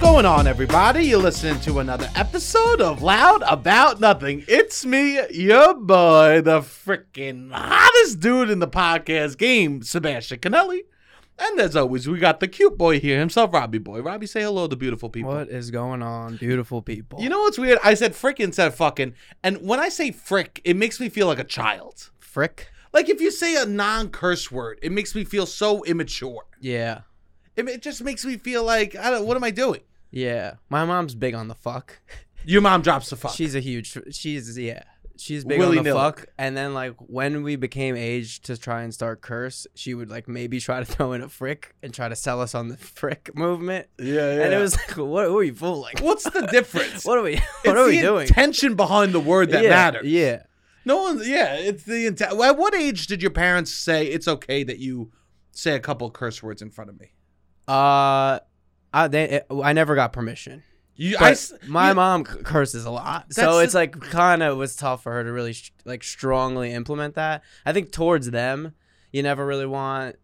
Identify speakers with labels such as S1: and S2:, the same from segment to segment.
S1: going on, everybody? You're listening to another episode of Loud About Nothing. It's me, your boy, the freaking hottest dude in the podcast game, Sebastian Canelli. And as always, we got the cute boy here himself, Robbie Boy. Robbie, say hello to beautiful people.
S2: What is going on, beautiful people?
S1: You know what's weird? I said frick instead of fucking. And when I say frick, it makes me feel like a child.
S2: frick.
S1: Like if you say a non curse word, it makes me feel so immature.
S2: Yeah,
S1: It, it just makes me feel like, I don't, what am I doing?
S2: yeah. My mom's big on the fuck.
S1: Your mom drops the fuck.
S2: She's a huge. She's yeah. She's big on the
S1: Willy-nilly.
S2: fuck. And then like when we became age to try and start curse, she would like maybe try to throw in a frick and try to sell us on the frick movement.
S1: yeah,
S2: And it was like, what are we fooling?
S1: What's the difference?
S2: What are we?
S1: it's
S2: What are we
S1: the
S2: doing?
S1: intention behind the word that
S2: yeah,
S1: matters.
S2: Yeah.
S1: No one. Yeah, it's the intent. At what age did your parents say it's okay that you say a couple curse words in front of me?
S2: Uh, I they, I never got permission.
S1: You, I
S2: But
S1: s-
S2: my
S1: you-
S2: mom c- curses a lot,
S1: That's
S2: so it's
S1: the-
S2: like kind of was tough for her to really sh- like strongly implement that. I think towards them, you never really want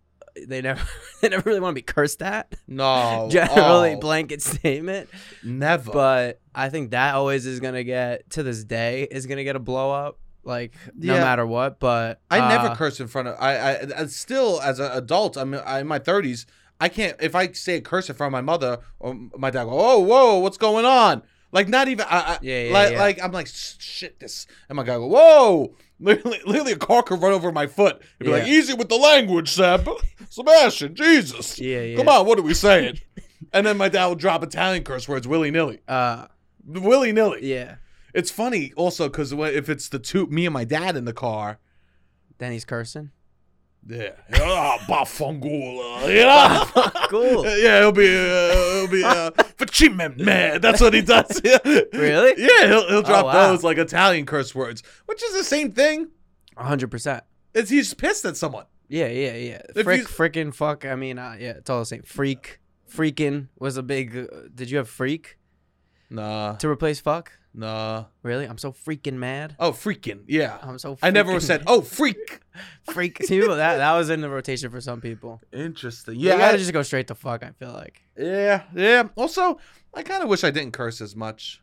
S2: they never they never really want to be cursed at.
S1: No,
S2: Generally,
S1: oh,
S2: blanket statement.
S1: never.
S2: But I think that always is gonna get to this day is gonna get a blow up, like no
S1: Yeah.
S2: matter what. But
S1: I never
S2: uh,
S1: curse in front of. I, I, I still as an adult. I'm, I'm in my thirties. I can't if I say a curse in front of my mother or my dad. Go, oh, whoa, what's going on? Like not even. I, I,
S2: Yeah, yeah,
S1: like,
S2: yeah.
S1: like I'm like "Sh- shit. This and my guy go whoa. Literally, literally, a car could run over my foot. It'd be like
S2: Yeah.
S1: easy with the language, Seb. Sebastian, Jesus,
S2: Yeah, yeah.
S1: come on, what are we saying? and then my dad would drop Italian curse words willy nilly,
S2: Uh,
S1: willy nilly.
S2: yeah.
S1: It's funny also because if it's the two, me and my dad in the car,
S2: Then he's cursing.
S1: yeah. Ah, Bafangula. You know?
S2: cool.
S1: Yeah, it'll be uh, it'll be uh, Fachimen, man. That's what he does. Yeah.
S2: Really? Oh,
S1: Yeah, he'll, he'll drop
S2: wow.
S1: those like Italian curse words, which is the same thing.
S2: hundred percent.
S1: It's he's pissed at someone.
S2: Yeah, yeah, yeah.
S1: If
S2: Frick,
S1: you-
S2: frickin', fuck. I mean, uh, yeah, it's all the same. Freak, freaking was a big. Uh, did you have freak
S1: Nah,
S2: to replace fuck?
S1: nah.
S2: Really? I'm so freaking mad.
S1: Oh, freaking. Yeah.
S2: I'm so. Freaking
S1: I never said. Oh, freak.
S2: freak. See, well, that that was in the rotation for some people.
S1: Interesting.
S2: Yeah, you
S1: Yeah.
S2: gotta
S1: I-
S2: just go straight to fuck. I feel like.
S1: yeah. Yeah. Also, I kind of wish I didn't curse as much.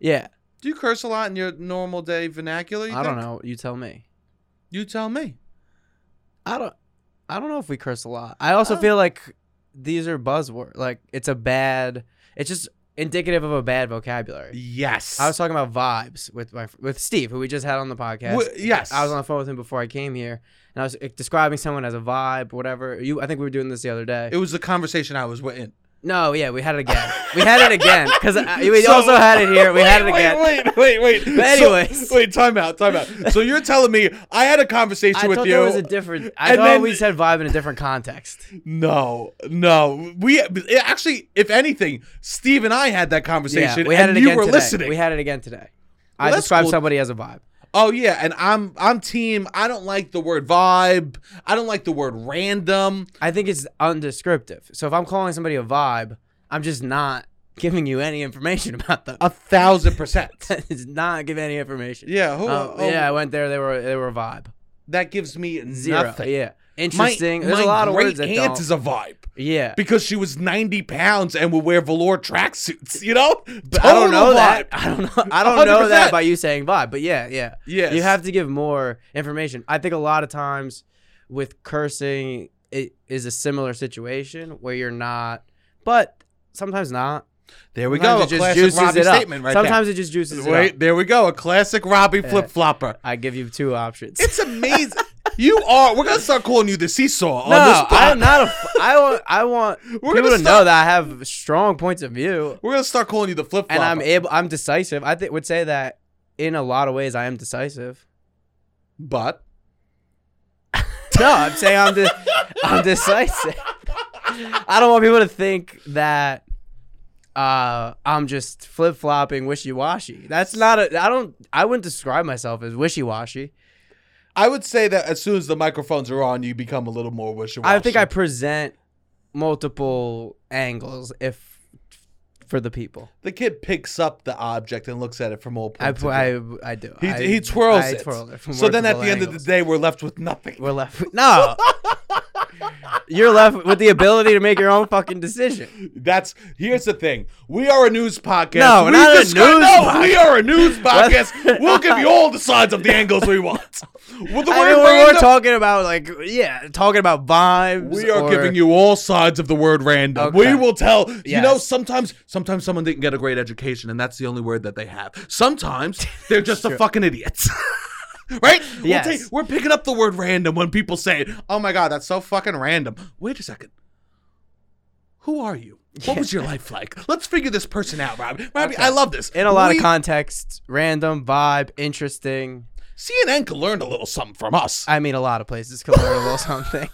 S2: Yeah,
S1: Do you curse a lot in your normal day vernacular? you
S2: I don't
S1: think?
S2: know. You tell me.
S1: You tell me.
S2: I don't. I don't know if we curse a lot. I also
S1: Oh.
S2: feel like these are buzzword. Like it's a bad. It's just indicative of a bad vocabulary.
S1: Yes.
S2: I was talking about vibes with my with Steve, who we just had on the podcast.
S1: Wh- yes.
S2: I was on the phone with him before I came here, and I was like, describing someone as a vibe, whatever. You, I think we were doing this the other day.
S1: It was the conversation I was in.
S2: no, yeah, we had it again. we had it again because Uh, we
S1: So-
S2: also had it here. We had it
S1: Wait,
S2: again.
S1: Wait, wait, wait. wait.
S2: But anyways.
S1: so, wait, time out, time out. So you're telling me I had a conversation
S2: I
S1: with
S2: thought
S1: you?
S2: there was a different. I
S1: And
S2: thought
S1: then-
S2: we said vibe in a different context.
S1: no, no. We it- actually, if anything, Steve and I had that conversation,
S2: Yeah, we had
S1: and
S2: it
S1: you
S2: again
S1: were
S2: today.
S1: listening.
S2: We had it again today.
S1: Well,
S2: I
S1: that's
S2: described
S1: cool.
S2: somebody as a vibe.
S1: oh yeah, and I'm I'm team. I don't like the word vibe. I don't like the word random.
S2: I think it's undescriptive. So if I'm calling somebody a vibe, I'm just not giving you any information about them.
S1: A thousand percent.
S2: it's not giving any information.
S1: yeah, who,
S2: Um,
S1: oh,
S2: yeah, I went there. They were they were a vibe.
S1: That gives me
S2: Zero.
S1: nothing.
S2: Yeah.
S1: My,
S2: Interesting. There's
S1: my
S2: a lot of
S1: great
S2: words that
S1: aunt
S2: don't.
S1: is a vibe.
S2: yeah.
S1: because she was 90 pounds and would wear velour tracksuits, you know? But
S2: I don't know that. I don't know. I don't know that by you saying vibe, but yeah, yeah.
S1: Yes.
S2: You have to give more information. I think a lot of times with cursing, it is a similar situation where you're not, but sometimes not.
S1: There we
S2: Sometimes
S1: go. A
S2: it just
S1: classic
S2: juices
S1: Robbie
S2: it up.
S1: statement right
S2: sometimes it just juices
S1: there.
S2: it
S1: Wait,
S2: up.
S1: there we go. A classic Robbie flip flopper.
S2: I give you two options.
S1: It's amazing. you are. We're going to start calling you the seesaw
S2: no,
S1: on this pod.
S2: I'm not a. f- I want. I want
S1: We're gonna
S2: people to
S1: stop-
S2: know that I have strong points of view.
S1: We're going to start calling you the flip
S2: and
S1: flopper.
S2: I'm able. I'm decisive. I th- would say that in a lot of ways, I am decisive.
S1: But.
S2: No, I'm saying I'm de- I'm decisive. I don't want people to think that uh, I'm just flip flopping, wishy washy. That's not a. I don't. I wouldn't describe myself as wishy washy.
S1: I would say that as soon as the microphones are on, you become a little more wishy washy.
S2: I think I present multiple angles if for the people.
S1: The kid picks up the object and looks at it from all
S2: I,
S1: points. of view.
S2: I, I do.
S1: he,
S2: I,
S1: he twirls
S2: I
S1: it.
S2: twirl it from
S1: so then at
S2: multiple
S1: the end of
S2: angles.
S1: the day, we're left with nothing.
S2: We're left. No. You're left with the ability to make your own fucking decision.
S1: That's here's the thing. We are a news podcast.
S2: No,
S1: we
S2: we're not a
S1: discuss-
S2: news
S1: no,
S2: pod-
S1: we are a news podcast. we'll give you all the sides of the angles we want. Well, the
S2: I
S1: word
S2: mean, we're, we're
S1: random-
S2: talking about like yeah, talking about vibes.
S1: we are
S2: or-
S1: giving you all sides of the word random.
S2: Okay.
S1: We will tell. You know,
S2: Yes.
S1: sometimes sometimes someone didn't get a great education, and that's the only word that they have. Sometimes they're just a fucking idiots. Right? We'll
S2: Yes.
S1: take- we're picking up the word random when people say it. Oh my God, that's so fucking random. Wait a second. Who are you? What was your life like? Let's figure this person out, Robbie. Robbie, I love this.
S2: in a lot
S1: We-
S2: of context, random vibe, interesting.
S1: CNN can learn a little something from us.
S2: I mean, a lot of places could learn a little something.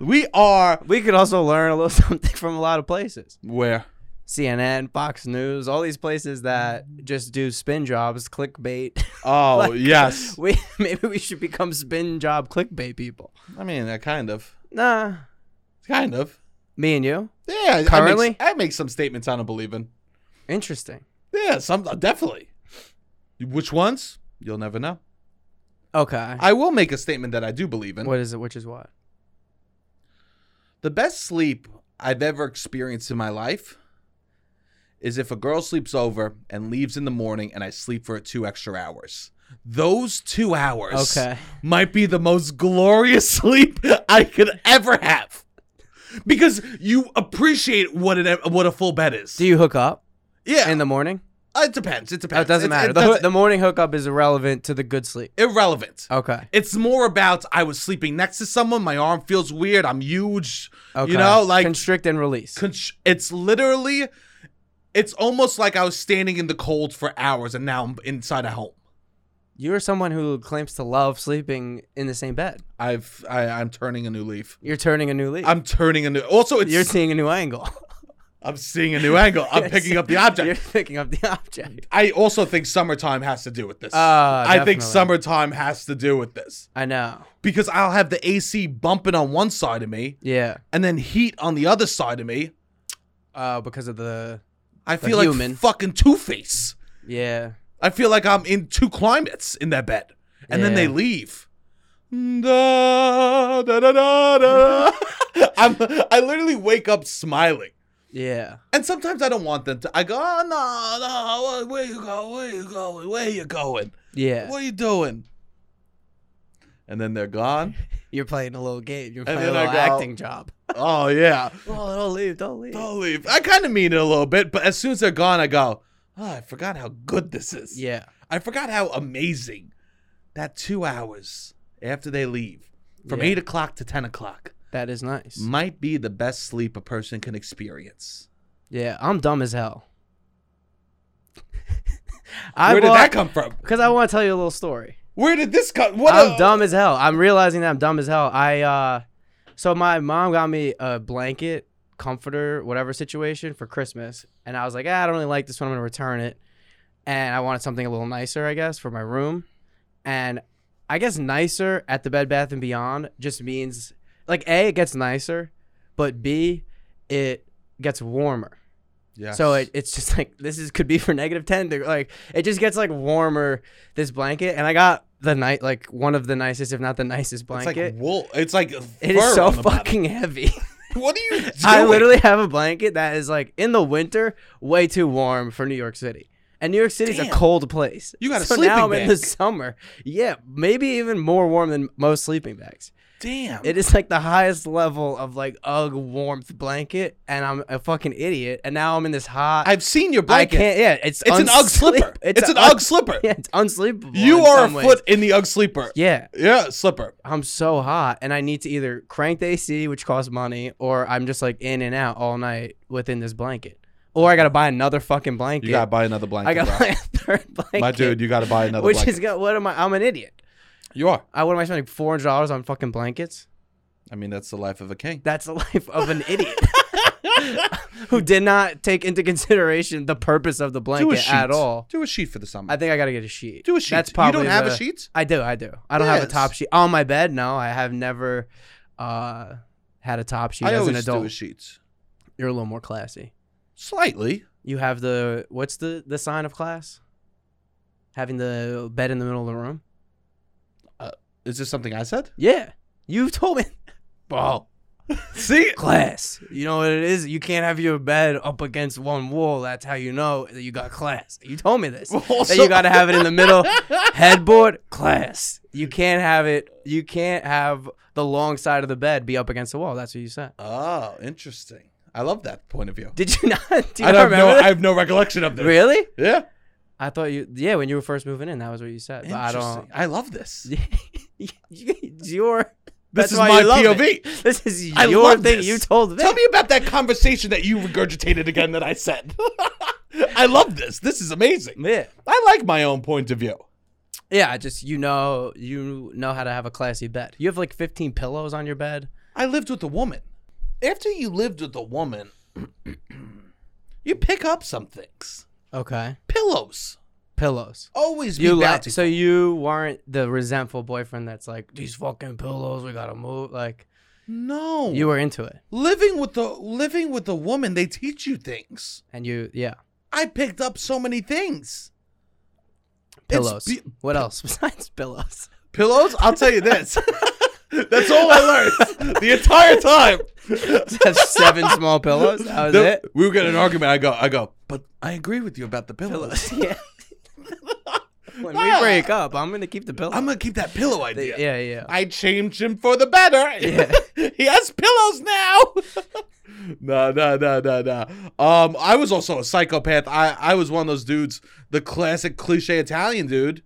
S1: We are.
S2: We could also learn a little something from a lot of places.
S1: Where?
S2: CNN, Fox News, all these places that just do spin jobs, clickbait.
S1: Oh,
S2: Like-
S1: yes.
S2: we maybe we should become spin job clickbait people.
S1: I mean, uh, kind of.
S2: Nah,
S1: Kind of.
S2: me and you.
S1: Yeah, I
S2: Currently?
S1: make, I make some statements I don't believe in.
S2: Interesting.
S1: Yeah, some uh, definitely. Which ones? You'll never know.
S2: Okay.
S1: I will make a statement that I do believe in.
S2: What is it? Which is what?
S1: The best sleep I've ever experienced in my life is if a girl sleeps over and leaves in the morning and I sleep for two extra hours. Those two hours
S2: Okay.
S1: might be the most glorious sleep I could ever have. Because you appreciate what it what a full bed is.
S2: Do you hook up
S1: yeah,
S2: in the morning?
S1: it depends. It
S2: Oh,
S1: depends.
S2: it doesn't matter. the,
S1: doesn't-
S2: the morning hookup is irrelevant to the good sleep.
S1: irrelevant.
S2: Okay.
S1: It's more about I was sleeping next to someone. My arm feels weird. I'm huge.
S2: Okay.
S1: You know, like
S2: constrict and release.
S1: con- it's literally, it's almost like I was standing in the cold for hours, and now I'm inside a home.
S2: You're someone who claims to love sleeping in the same bed.
S1: I've I, I'm turning a new leaf.
S2: You're turning a new leaf.
S1: I'm turning a new. Also, it's
S2: You're seeing a new angle.
S1: I'm seeing a new angle. I'm
S2: You're
S1: picking up the
S2: see-
S1: object.
S2: You're picking up the object.
S1: I also think summertime has to do with this.
S2: Ah,
S1: I think
S2: definitely.
S1: summertime has to do with this
S2: I know.
S1: because I'll have the AC bumping on one side of me
S2: Yeah.
S1: and then heat on the other side of me.
S2: Uh, because of the
S1: I
S2: The
S1: feel like
S2: human.
S1: fucking Two Face.
S2: yeah.
S1: I feel like I'm in two climates in that bed, and then they
S2: Yeah.
S1: leave. Da, da, da, da, da. I'm, I literally wake up smiling,
S2: Yeah.
S1: and sometimes I don't want them to. I go, oh, no, no, where you go, where you going, where you going,
S2: Yeah.
S1: what are you doing? And then they're gone.
S2: You're playing a little game. You're
S1: And
S2: playing a
S1: then I
S2: little
S1: go-
S2: acting job.
S1: Oh yeah,
S2: Oh, don't leave. Don't leave.
S1: don't leave. I kind of mean it a little bit, but as soon as they're gone, I go, oh, I forgot how good this is.
S2: Yeah.
S1: I forgot how amazing that two hours after they leave, from
S2: Yeah.
S1: eight o'clock to ten o'clock,
S2: That is nice.
S1: might be the best sleep a person can experience.
S2: Yeah. I'm dumb as hell.
S1: Where
S2: I
S1: did that come from?
S2: Because I want to tell you a little story.
S1: Where did this come? What
S2: I'm
S1: a-
S2: dumb as hell. I'm realizing that I'm dumb as hell. I uh so my mom got me a blanket, comforter, whatever situation for Christmas. And I was like, ah, I don't really like this one, I'm gonna return it. And I wanted something a little nicer, I guess, for my room. And I guess nicer at the Bed Bath and Beyond just means like A, it gets nicer, but B, it gets warmer.
S1: Yes.
S2: So it, it's just like this is could be for negative ten degrees. Like it just gets like warmer this blanket, and I got the night like one of the nicest, if not the nicest
S1: it's like
S2: blanket.
S1: wool. It's like
S2: It is so
S1: fucking.
S2: fucking heavy.
S1: What are you doing?
S2: I literally have a blanket that is like in the winter way too warm for New York City, and New York City's
S1: Damn.
S2: a cold place.
S1: You got a
S2: so
S1: sleeping
S2: now I'm in the
S1: bag.
S2: summer. Yeah, maybe even more warm than most sleeping bags.
S1: damn.
S2: It is like the highest level of like UGG warmth blanket, and I'm a fucking idiot. And now I'm in this hot.
S1: I've seen your blanket.
S2: I can't. Yeah, it's
S1: it's an UGG
S2: unsleep-
S1: slipper. It's, an
S2: a-
S1: UGG slipper.
S2: Yeah, it's unsleepable.
S1: you
S2: in
S1: are a
S2: some ways.
S1: foot in the UGG sleeper.
S2: Yeah,
S1: Yeah, slipper.
S2: I'm so hot, and I need to either crank the AC, which costs money, or I'm just like in and out all night within this blanket, or I gotta buy another fucking blanket.
S1: You gotta buy another blanket.
S2: I gotta
S1: bro.
S2: buy a third blanket.
S1: My dude, you gotta buy another
S2: which
S1: blanket.
S2: is go- what am I? I'm an idiot.
S1: you are.
S2: I what am I spending four hundred dollars on fucking blankets?
S1: I mean, that's the life of a king.
S2: That's the life of an idiot. Who did not take into consideration the purpose of the
S1: Do a
S2: blanket
S1: sheet
S2: at all?
S1: Do a sheet for the summer.
S2: I think I gotta get a sheet.
S1: Do a sheet.
S2: That's probably
S1: you don't have
S2: the-
S1: a sheet.
S2: I do, I do. I don't have
S1: Yes.
S2: a top sheet on my bed. No, I have never uh, had a top sheet
S1: I
S2: as
S1: always
S2: an adult.
S1: do a sheet.
S2: You're a little more classy.
S1: Slightly.
S2: You have the what's the the sign of class? Having the bed in the middle of the room.
S1: Is this something I said?
S2: Yeah, You've told me, bro,
S1: See,
S2: class. You know what it is? You can't have your bed up against one wall. That's how you know that you got class. You told me this. that
S1: Also-
S2: you got to have it in the middle. Headboard, class. You can't have it. You can't have the long side of the bed be up against the wall. That's what you said.
S1: Oh, interesting. I love that point of view.
S2: Did you not? Do you
S1: I
S2: not
S1: have no,
S2: remember
S1: I
S2: that?
S1: have no recollection of this.
S2: Really?
S1: Yeah,
S2: I thought you. Yeah, when you were first moving in, that was what you said. But I don't.
S1: I love this.
S2: it's your.
S1: This
S2: that's
S1: is
S2: why
S1: my
S2: you love it.
S1: POV.
S2: This is
S1: I
S2: your
S1: love
S2: thing.
S1: this.
S2: You told them.
S1: Tell me about that conversation that you regurgitated again that I said. I love this. This is amazing.
S2: Yeah.
S1: I like my own point of view.
S2: Yeah, I just you know you know how to have a classy bed. You have like 15 pillows on your bed.
S1: I lived with a woman. After you lived with a woman, you pick up some things.
S2: Okay.
S1: Pillows
S2: Pillows.
S1: always be
S2: You like
S1: bounty.
S2: so you weren't the resentful boyfriend that's like these fucking pillows we got to move like
S1: no,
S2: you were into it
S1: living with the living with a woman, they teach you things.
S2: and you yeah.
S1: I picked up so many things. It's
S2: Pillows.
S1: be-
S2: what else besides pillows?
S1: Pillows? I'll tell you this. That's all I learned the entire time.
S2: Have seven small pillows. That was
S1: The-
S2: it.
S1: We were getting an argument. I go, I go, but I agree with you about the pillows.
S2: Pillows. Yeah. when we break up, I'm going to keep the pillows.
S1: I'm gonna keep that pillow idea.
S2: yeah, yeah. yeah.
S1: I changed him for the better.
S2: Yeah.
S1: he has pillows now. no, no, no, no, no. Um, I was also a psychopath. I, I was one of those dudes, the classic cliche Italian dude,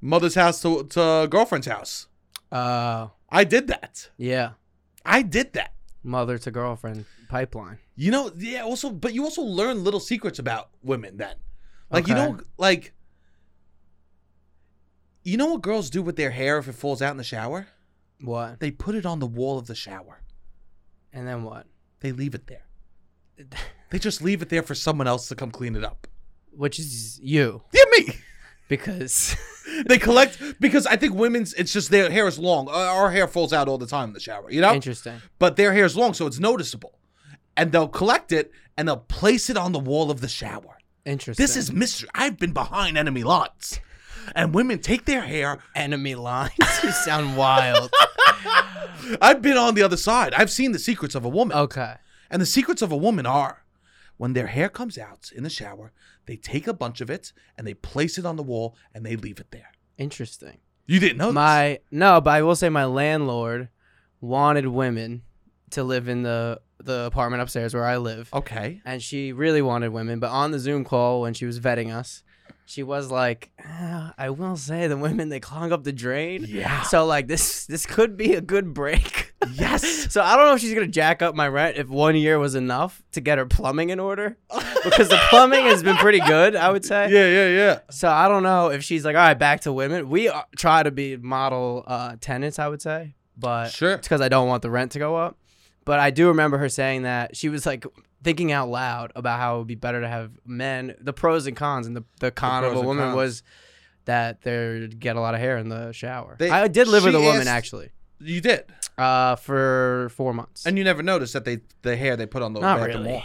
S1: mother's house to, to girlfriend's house.
S2: Uh
S1: I did that.
S2: yeah.
S1: I did that.
S2: Mother to girlfriend pipeline.
S1: You know, yeah. Also, but you also learn little secrets about women then, like you
S2: Okay.
S1: don't like. You know what girls do with their hair if it falls out in the shower?
S2: What?
S1: They put it on the wall of the shower.
S2: And then what?
S1: They leave it there. They just leave it there for someone else to come clean it up.
S2: Which is you,
S1: Yeah, me.
S2: because
S1: They collect because I think women's. It's just their hair is long. Our- Our hair falls out all the time in the shower, you know.
S2: interesting.
S1: But their hair is long, so it's noticeable. And they'll collect it and they'll place it on the wall of the shower.
S2: Interesting.
S1: This is mystery. I've been behind enemy lines. And women take their hair.
S2: enemy lines. you sound wild.
S1: I've been on the other side. I've seen the secrets of a woman.
S2: Okay.
S1: And the secrets of a woman are when their hair comes out in the shower, they take a bunch of it and they place it on the wall and they leave it there.
S2: Interesting.
S1: You didn't know Oh, this.
S2: My no, but I will say my landlord wanted women to live in the the apartment upstairs where I live.
S1: Okay.
S2: And she really wanted women, but on the Zoom call when she was vetting us, she was like, "Ah, "I will say the women they clog up the drain."
S1: Yeah.
S2: So like this this could be a good break.
S1: Yes.
S2: So I don't know if she's gonna jack up my rent if one year was enough to get her plumbing in order because the plumbing has been pretty good, I would say.
S1: Yeah, yeah, yeah.
S2: So I don't know if she's like, all right, back to women. We are, try to be model uh, tenants, I would say, but
S1: Sure.
S2: it's because I don't want the rent to go up. But I do remember her saying that she was like thinking out loud about how it would be better to have men, the pros and cons, and the, the con
S1: pros
S2: of a
S1: and
S2: woman
S1: cons.
S2: was that they'd get a lot of hair in the shower.
S1: They-
S2: I did live with
S1: she
S2: a woman
S1: asked-
S2: actually
S1: You did.
S2: uh, for four months.
S1: And you never noticed that they the hair they put on the
S2: Not
S1: bathroom
S2: really.
S1: wall.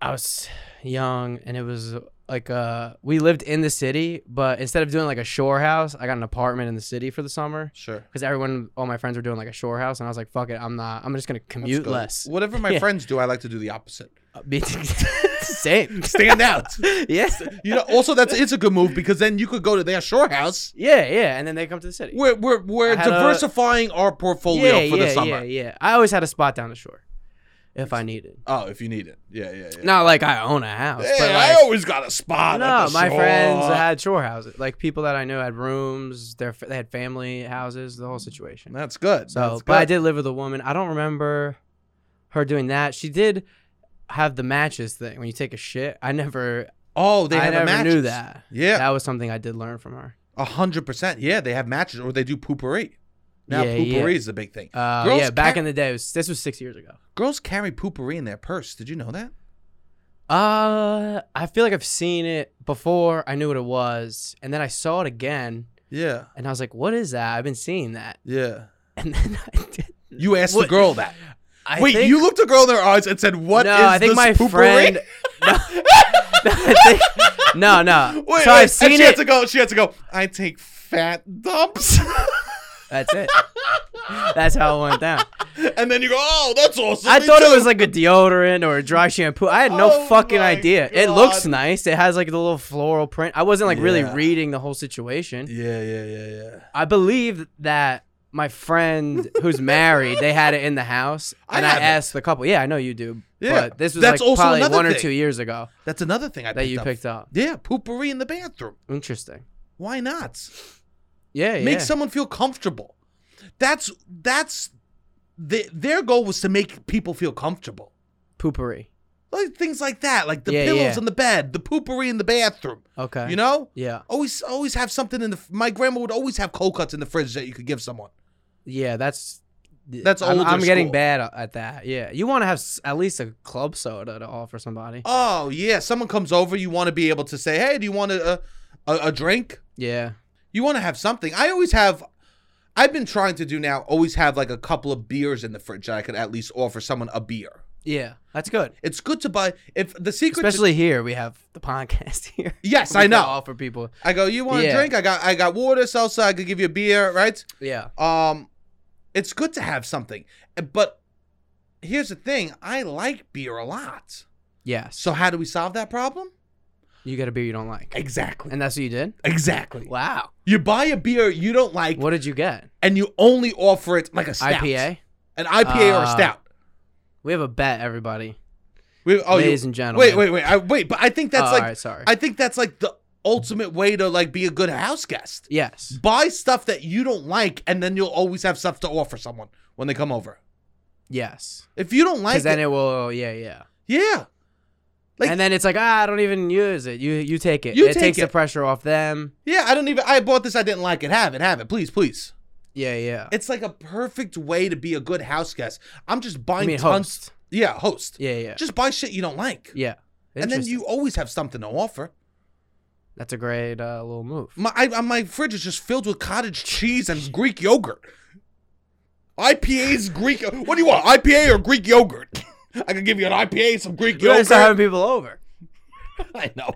S2: I was young, and it was like uh, we lived in the city, but instead of doing like a shore house, I got an apartment in the city for the summer
S1: Sure.
S2: because everyone, all my friends were doing like a shore house, and I was like, "Fuck it, I'm not. I'm just gonna
S1: Let's
S2: commute
S1: go.
S2: less."
S1: Whatever my
S2: Yeah.
S1: friends do, I like to do the opposite.
S2: Be- Same.
S1: Stand out.
S2: yes.
S1: You know, also that's it's a good move because then you could go to their shore house
S2: Yeah, yeah, and then they come to the city.
S1: We're we're, we're
S2: I had a-
S1: diversifying our portfolio
S2: yeah,
S1: for
S2: yeah,
S1: the summer.
S2: yeah, yeah. I always had a spot down the shore, if I needed.
S1: Oh, if you need it. Yeah, yeah, yeah.
S2: Not like I own a house,
S1: Hey,
S2: but like,
S1: I always got a spot. at
S2: No,
S1: the
S2: my
S1: shore.
S2: friends had shore houses. Like people that I knew had rooms. Their they had family houses. The whole situation.
S1: That's good.
S2: So,
S1: That's
S2: but I
S1: good.
S2: did live with a woman. I don't remember her doing that. She did have the matches thing when you take a shit. I never,
S1: Oh, they
S2: I
S1: have
S2: never
S1: a matches.
S2: knew that.
S1: Yeah,
S2: That was something I did learn from her.
S1: a hundred percent. Yeah, they have matches, or they do poopery. Now
S2: Yeah,
S1: poopery
S2: yeah.
S1: is the big thing.
S2: Uh,
S1: Girls
S2: yeah, back
S1: ca-
S2: in the day, it was, this was six years ago.
S1: Girls carry poopery in their purse. Did you know that?
S2: Uh, I feel like I've seen it before. I knew what it was, and then I saw it again,
S1: Yeah,
S2: and I was like, "What is that? I've been seeing that."
S1: yeah.
S2: And then I did.
S1: You asked the
S2: What-
S1: girl that.
S2: I
S1: Wait,
S2: think-
S1: you looked a girl in their eyes and said, "What is
S2: no, I think
S1: this
S2: my
S1: poopery?"
S2: friend. No, I think- no, no.
S1: Wait,
S2: so
S1: wait,
S2: I've
S1: and
S2: seen
S1: she had
S2: it.
S1: to go. She had to go. I take fat dumps.
S2: That's it. That's how it went down.
S1: and then you go, oh, that's awesome.
S2: I
S1: me
S2: thought
S1: too."
S2: it was like a deodorant or a dry shampoo. I had no
S1: Oh
S2: fucking
S1: my
S2: idea. It
S1: God.
S2: looks nice. It has like the little floral print. I wasn't like really
S1: Yeah.
S2: reading the whole situation.
S1: Yeah, yeah, yeah, yeah.
S2: I believe that my friend who's married, they had it in the house,
S1: I
S2: and I,
S1: have it.
S2: asked the couple. Yeah, I know you do.
S1: Yeah.
S2: But this was
S1: That's
S2: like
S1: also
S2: probably
S1: another
S2: one or
S1: thing
S2: two years ago
S1: That's another thing I
S2: that
S1: picked
S2: you
S1: up.
S2: picked up.
S1: Yeah, poopery in the bathroom.
S2: Interesting.
S1: Why not?
S2: Yeah, yeah.
S1: Make someone feel comfortable. That's that's the, their goal was to make people feel comfortable.
S2: poopery.
S1: Like things like that, like the
S2: Yeah,
S1: pillows
S2: yeah. Uh-huh.
S1: in the bed, the poopery in the bathroom.
S2: Okay.
S1: You know?
S2: Yeah.
S1: Always always have something in the my grandma would always have cold cuts in the fridge that you could give someone.
S2: Yeah, that's
S1: That's
S2: I'm,
S1: older
S2: I'm getting
S1: school.
S2: bad a- at that. Yeah, you want to have s- at least a club soda to offer somebody.
S1: Oh, yeah, someone comes over, you want to be able to say, "Hey, do you want a a, a drink?"
S2: Yeah.
S1: You want to have something. I always have. I've been trying to do now. Always have like a couple of beers in the fridge that I could at least offer someone a beer.
S2: Yeah, that's good.
S1: It's good to buy. If the secret, to-
S2: Especially here, we have the podcast here.
S1: yes,
S2: We
S1: I
S2: can
S1: know.
S2: Offer people.
S1: I go. You want a
S2: Yeah.
S1: drink? I got. I got water, salsa. I could give you a beer, right?
S2: Yeah.
S1: Um, it's good to have something. Eh, But here's the thing. I like beer a lot.
S2: Yes.
S1: So how do we solve that problem?
S2: you got a beer you don't like,
S1: Exactly.
S2: and that's what you did.
S1: Exactly.
S2: Wow.
S1: You buy a beer you don't like,
S2: What did you get?
S1: and you only offer it like a stout,
S2: IPA.
S1: an IPA or a
S2: Uh,
S1: stout.
S2: We have a bet, everybody.
S1: We, oh, you-
S2: Ladies and gentlemen.
S1: Wait, wait, wait, I, wait! But I think that's
S2: Oh,
S1: like
S2: alright, sorry.
S1: I think that's like the ultimate way to like be a good house guest.
S2: yes.
S1: Buy stuff that you don't like, and then you'll always have stuff to offer someone when they come over.
S2: Yes.
S1: If you don't like
S2: Because then
S1: it,
S2: it will. Yeah, yeah.
S1: yeah, Like-
S2: and then it's like ah, I don't even use it. You you take it.
S1: You
S2: it
S1: take
S2: takes the
S1: it.
S2: pressure off them.
S1: yeah. I don't even. I bought this. I didn't like it. Have it. Have it. Please, please.
S2: Yeah, yeah.
S1: It's like a perfect way to be a good house guest. I'm just
S2: I
S1: buying
S2: mean,
S1: tons.
S2: host.
S1: Yeah, host.
S2: Yeah, yeah.
S1: Just buy shit you don't like,
S2: yeah.
S1: and then
S2: Interesting.
S1: you always have something to offer.
S2: That's a great uh, little move.
S1: My I, I- my fridge is just filled with cottage cheese and Greek yogurt. IPAs, Greek. What do you want? IPA or Greek yogurt? I can give you an IPA, some Greek
S2: We're gonna
S1: yogurt.
S2: start having people over.
S1: I know.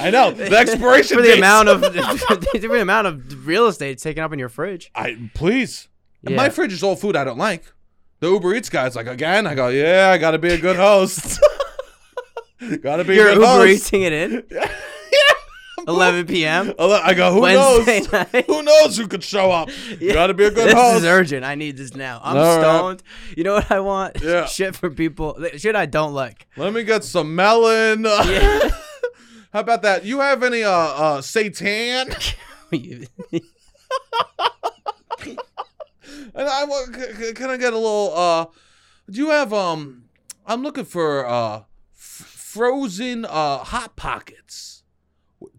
S1: I know. The expiration
S2: for the
S1: dates.
S2: amount of for the amount of real estate taken up in your fridge.
S1: I please.
S2: Yeah.
S1: My fridge is all food I don't like. The Uber Eats guy's like again. I go, yeah. I gotta be a good host. gotta be
S2: You're
S1: a good
S2: Uber
S1: host.
S2: eating it in.
S1: yeah.
S2: 11 p.m.
S1: I go. Who
S2: Wednesday
S1: knows?
S2: night.
S1: Who knows who could show up? You gotta be a good
S2: this
S1: host.
S2: is urgent. I need this now. I'm
S1: All right.
S2: stoned. You know what I want?
S1: Yeah.
S2: Shit for people. Shit I don't like.
S1: Let me get some melon.
S2: Yeah.
S1: How about that? You have any uh uh seitan? And I want- c- c- can I get a little uh do you have um I'm looking for uh f- frozen uh hot pockets.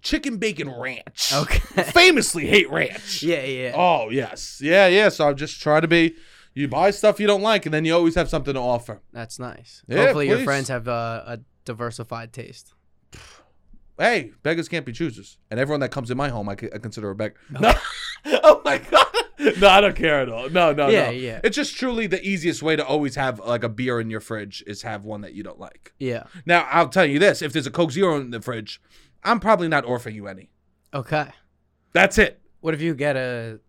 S1: Chicken bacon ranch.
S2: okay.
S1: Famously hate ranch.
S2: Yeah, yeah.
S1: Oh, yes. Yeah, yeah. So I'm just trying to be you buy stuff you don't like and then you always have something to offer.
S2: That's nice.
S1: Yeah,
S2: Hopefully your
S1: please.
S2: friends have uh, a diversified taste.
S1: hey, beggars can't be choosers. And everyone that comes in my home, I, c- I consider a beggar. No. oh my god. No, I don't care at all. No, Oh, no,
S2: Yeah,
S1: no.
S2: yeah.
S1: It's just truly the easiest way to always have like a beer in your fridge is have one that you don't like.
S2: Yeah.
S1: Now, I'll tell you this: if there's a Coke Zero in the fridge, I'm probably not offering you any.
S2: Okay.
S1: That's it.
S2: What if you get a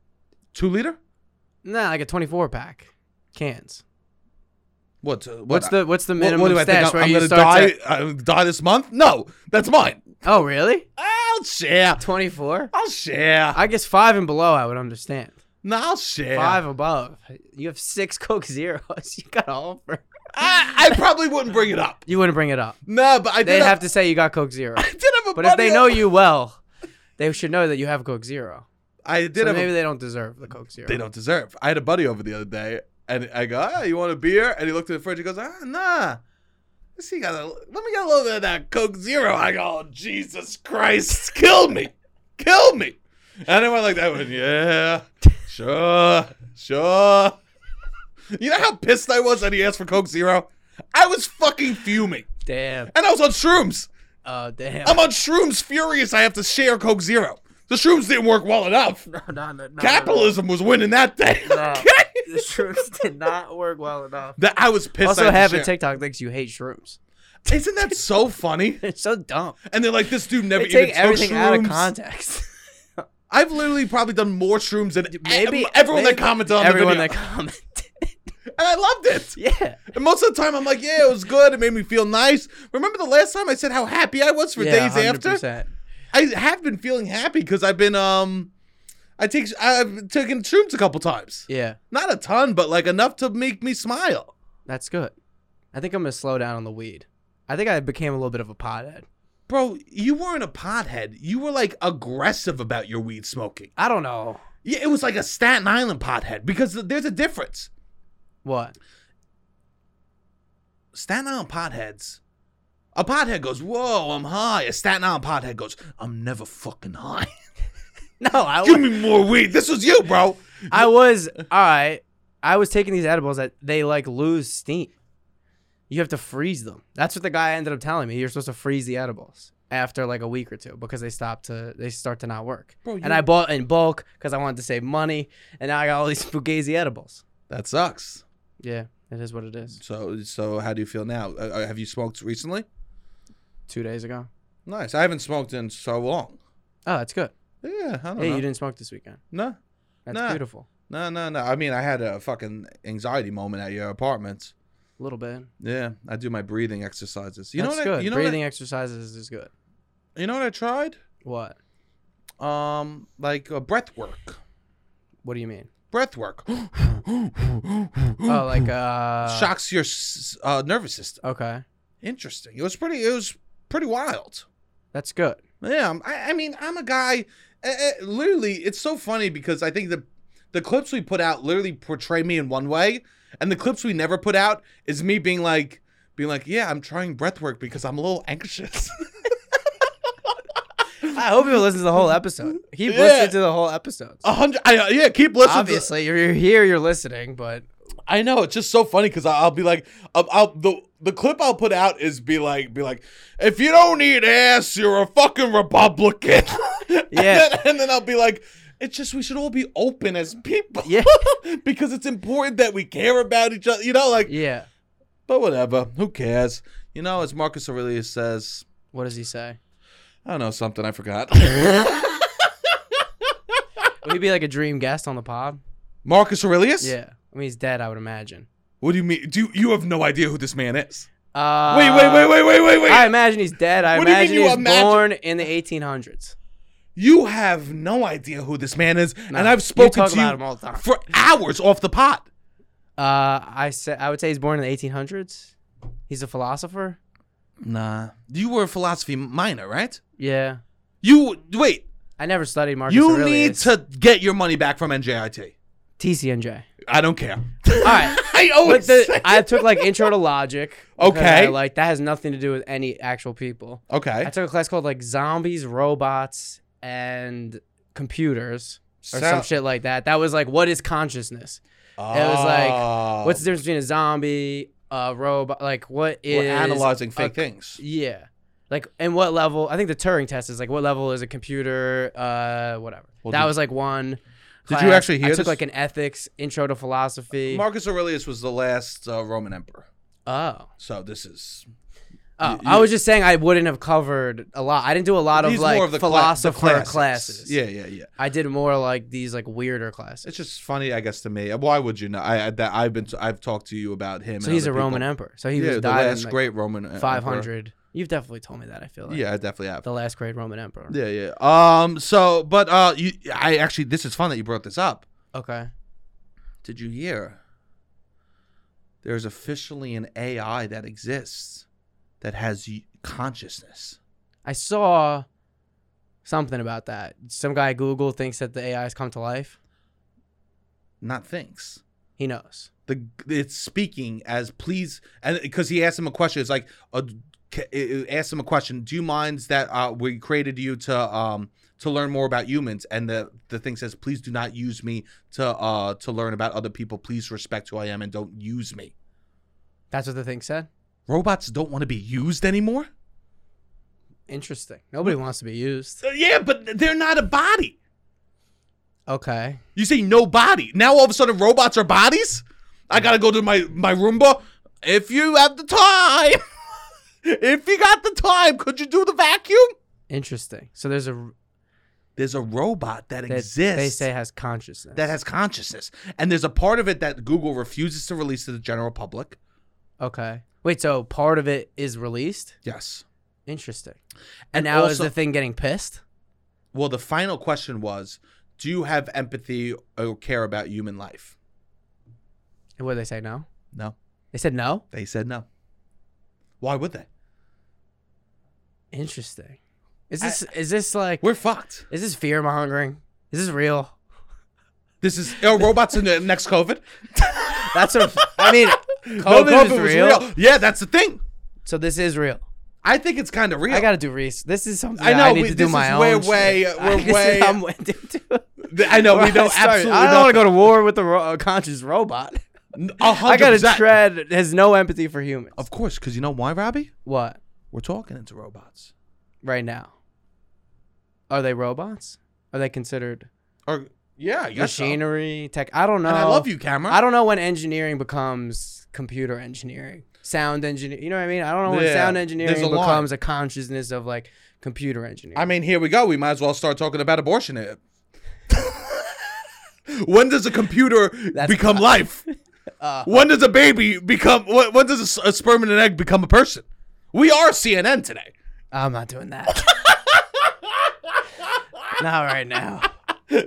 S1: Two liter.
S2: nah like a 24 pack cans?
S1: What? uh, what-
S2: What's the what's the
S1: what-
S2: minimum
S1: what do I think?
S2: stash
S1: I'm,
S2: where
S1: I'm
S2: you
S1: gonna
S2: start
S1: die.
S2: to-
S1: uh, die this month? No, that's mine.
S2: Oh, really?
S1: I'll share.
S2: 24?
S1: I'll share.
S2: I guess 5 and below I would understand.
S1: no, I'll share.
S2: 5 above. You have 6 Coke Zeros. You got all for
S1: I, I probably wouldn't bring it up.
S2: You wouldn't bring it up.
S1: No, but I did
S2: They'd
S1: have,
S2: have to say you got Coke Zero.
S1: I did have a.
S2: But if they
S1: buddy-
S2: know you well, they should know that you have Coke Zero.
S1: I did
S2: So
S1: have. a-
S2: maybe they don't deserve the Coke Zero.
S1: they don't deserve. I had a buddy over the other day, and I go, "Ah, you want a beer?" And he looked at the fridge. He goes, "Ah, nah." Let's see, got a, let me get a little bit of that Coke Zero. I go, oh, "Jesus Christ, kill me, kill me!" And I went like that one, yeah, sure, sure. You know how pissed I was that he asked for Coke Zero? I was fucking fuming,
S2: Damn.
S1: and I was on shrooms.
S2: Oh, damn.
S1: I'm on shrooms, furious. I have to share Coke Zero. The shrooms didn't work well enough.
S2: No, no, no, no.
S1: Capitalism was winning that day.
S2: No.
S1: okay?
S2: The shrooms did not work well enough.
S1: That I was pissed.
S2: Also,
S1: I had
S2: half
S1: to
S2: of
S1: share.
S2: TikTok thinks you hate shrooms.
S1: Isn't that so funny?
S2: It's so dumb.
S1: And they're like, this dude never
S2: They take
S1: even took
S2: everything out of
S1: shrooms.
S2: context.
S1: I've literally probably done more shrooms than
S2: Maybe
S1: maybe everyone
S2: maybe
S1: that commented on
S2: everyone
S1: the
S2: that
S1: video.
S2: commented.
S1: and I loved it.
S2: yeah.
S1: And most of the time, I'm like, yeah, it was good. It made me feel nice. Remember the last time I said how happy I was for
S2: yeah,
S1: days after? I have been feeling happy because I've been um, I take I've taken shrooms a couple times,
S2: Yeah,
S1: not a ton, but like enough to make me smile.
S2: that's good. I think I'm gonna slow down on the weed. I think I became a little bit of a pothead.
S1: Bro, you weren't a pothead. You were like aggressive about your weed smoking.
S2: I don't know
S1: Yeah, it was like a Staten Island pothead because there's a difference.
S2: what.
S1: Staten Island potheads. A pothead goes, "Whoa, I'm high." A Staten Island pothead goes, "I'm never fucking high."
S2: No, I
S1: Give me more weed. This was you, bro.
S2: I was all right. I was taking these edibles that they like lose steam. You have to freeze them. That's what the guy ended up telling me. You're supposed to freeze the edibles after like a week or two because they stop to they start to not work.
S1: Bro,
S2: and
S1: you-
S2: I bought in bulk because I wanted to save money, and now I got all these fugazi edibles.
S1: That sucks.
S2: Yeah, it is what it is.
S1: So, so how do you feel now? Uh, uh, have you smoked recently?
S2: Two days ago.
S1: Nice. I haven't smoked in so long.
S2: Oh, that's good.
S1: Yeah, I don't
S2: Hey,
S1: know.
S2: you didn't smoke this weekend.
S1: no,
S2: That's
S1: Nah.
S2: beautiful.
S1: no, no, no. I mean, I had a fucking anxiety moment at your apartment.
S2: A little bit.
S1: Yeah, I do my breathing exercises. You
S2: That's
S1: know what?
S2: good.
S1: I, you know
S2: Breathing exercises is good.
S1: What I, you know what I tried?
S2: What?
S1: Um, like uh, breath work.
S2: What do you mean?
S1: Breath work.
S2: Oh,
S1: oh,
S2: like uh
S1: shocks your s- uh, nervous system.
S2: Okay.
S1: Interesting. It was pretty. It was pretty wild.
S2: That's good.
S1: Yeah, I'm- I, I mean, I'm a guy. eh, eh, literally, it's so funny because I think the the clips we put out literally portray me in one way, and the clips we never put out is me being like, being like, yeah, I'm trying breath work because I'm a little anxious.
S2: I hope he listens to the whole episode. He
S1: Yeah.
S2: listened to the whole episode.
S1: A hundred. I, uh, yeah, keep listening. to-
S2: Obviously, you're, you're here, you're listening, but
S1: I know it's just so funny because I'll be like, I'll, I'll the the clip I'll put out is be like, be like, if you don't eat ass, you're a fucking Republican. yeah, and
S2: Yeah.
S1: then, and then I'll be like, it's just we should all be open as people.
S2: Yeah.
S1: because it's important that we care about each other. You know, like,
S2: yeah.
S1: but whatever, who cares? You know, as Marcus Aurelius says,
S2: What does he say?
S1: I don't know something I forgot.
S2: Would he be like a dream guest on the pod?
S1: Marcus Aurelius?
S2: Yeah. I mean, he's dead, I would imagine.
S1: What do you mean? Do you, you have no idea who this man is?
S2: Uh,
S1: Wait, wait, wait, wait, wait, wait, wait.
S2: I imagine he's dead. I
S1: What do you mean
S2: imagine
S1: you
S2: he was
S1: imagine-
S2: born in the 1800s.
S1: You have no idea who this man is,
S2: No,
S1: and I've
S2: you
S1: spoken
S2: talk
S1: to
S2: about
S1: you
S2: him all the time.
S1: for hours off the pot.
S2: Uh, I say, I would say he's born in the 1800s. He's a philosopher.
S1: Nah, you were a philosophy minor, right?
S2: Yeah.
S1: You wait.
S2: I never studied Marcus
S1: you need
S2: Aurelius.
S1: to get your money back from NJIT.
S2: TCNJ.
S1: I don't care.
S2: All right.
S1: I
S2: But
S1: always
S2: the,
S1: say-
S2: I took like intro to logic. because
S1: Okay.
S2: I, like that has nothing to do with any actual people. I
S1: okay.
S2: took a class called like zombies, robots, and computers or
S1: So-
S2: some shit like that. That was like what is consciousness? was like,
S1: Oh.
S2: What's the difference between a zombie, a robot? Like what is
S1: we're analyzing fake
S2: a-
S1: things?
S2: Yeah. Like and what level? I think the Turing test is like what level is a computer? Uh, whatever.
S1: Well,
S2: that
S1: did-
S2: was like one.
S1: Did you
S2: class.
S1: actually
S2: I
S1: hear
S2: took
S1: this?
S2: like an ethics intro to philosophy.
S1: Marcus Aurelius was the last uh, Roman emperor,
S2: oh.
S1: so this is
S2: Oh,
S1: You-
S2: I was just saying I wouldn't have covered a lot. I didn't do a lot of
S1: He's
S2: like
S1: more of the cla- the
S2: philosopher classes.
S1: Yeah, yeah, yeah.
S2: I did more like these like weirder classes.
S1: It's just funny, I guess, to me. Uh, Why would you know? I I- that I've been t- I've talked to you about him.
S2: So
S1: and
S2: he's a
S1: other people.
S2: Roman emperor. So he
S1: yeah,
S2: was
S1: the
S2: died
S1: last
S2: in like
S1: great Roman emperor.
S2: five hundred. You've definitely told me that. I feel like
S1: Yeah, I definitely have.
S2: the last great Roman emperor.
S1: Yeah, yeah. Um. So, but uh, you, I actually, this is fun that you brought this up.
S2: Okay.
S1: Did you hear? There's officially an AI that exists that has y- consciousness.
S2: I saw something about that. Some guy at Google thinks that the AI's come to life.
S1: not thinks.
S2: He knows.
S1: The it's speaking as please, and because he asked him a question, it's like uh, ca- it- it asked him a question. Do you mind that uh, we created you to um to learn more about humans? And the the thing says, please do not use me to uh to learn about other people. Please respect who I am and don't use me.
S2: That's what the thing said.
S1: Robots don't want to be used anymore.
S2: Interesting. Nobody wants to be used.
S1: So, Uh, yeah, but they're not a body.
S2: Okay.
S1: You say no body. Now all of a sudden robots are bodies? I gotta go to my, my Roomba. If you have the time. if you got the time, could you do the vacuum?
S2: Interesting. So there's a
S1: there's a robot that,
S2: that
S1: exists
S2: they say has consciousness.
S1: that has consciousness, and there's a part of it that Google refuses to release to the general public.
S2: okay. Wait, so part of it is released?
S1: Yes.
S2: Interesting.
S1: And
S2: And now is
S1: also-
S2: the thing getting pissed?
S1: Well, the final question was, do you have empathy or care about human life?
S2: And what did they say? No.
S1: No.
S2: They said no.
S1: They said no. Why would they?
S2: Interesting. Is
S1: I-
S2: this is this like
S1: We're fucked.
S2: is this fear mongering? Is this real?
S1: This is are robots in the next COVID.
S2: That's what I mean. COVID, is
S1: was
S2: real,
S1: Yeah, that's the thing.
S2: So this is real.
S1: I think it's kind of real.
S2: I gotta do research. This is something
S1: I
S2: I
S1: know,
S2: I need
S1: we-
S2: to do
S1: this
S2: my
S1: is
S2: own.
S1: way, way-
S2: shit.
S1: we're
S2: This is-
S1: way-
S2: I'm way into it.
S1: I know we don't
S2: Sorry,
S1: absolutely.
S2: I don't want to go to war with a ro- a conscious robot.
S1: A
S2: I
S1: hundred
S2: gotta
S1: percent.
S2: tread has no empathy for humans.
S1: Of course, because you know why, Robbie?
S2: what
S1: We're talking into robots.
S2: right now? Are they robots? Are they considered
S1: Or yeah, I guess so.
S2: machinery tech? I don't know.
S1: uh, And I love you, camera.
S2: I don't know when engineering becomes computer engineering, sound engineer. You know what I mean? I don't know when
S1: Yeah,
S2: sound
S1: there's a
S2: engineering
S1: line.
S2: becomes a consciousness of like computer engineering.
S1: I mean, here we go. We might as well start talking about abortion. here. when does a computer become life?
S2: Uh.
S1: when does a baby become? When, when does a s- a, sperm and an egg become a person? We are CNN today.
S2: I'm not doing that. not right now.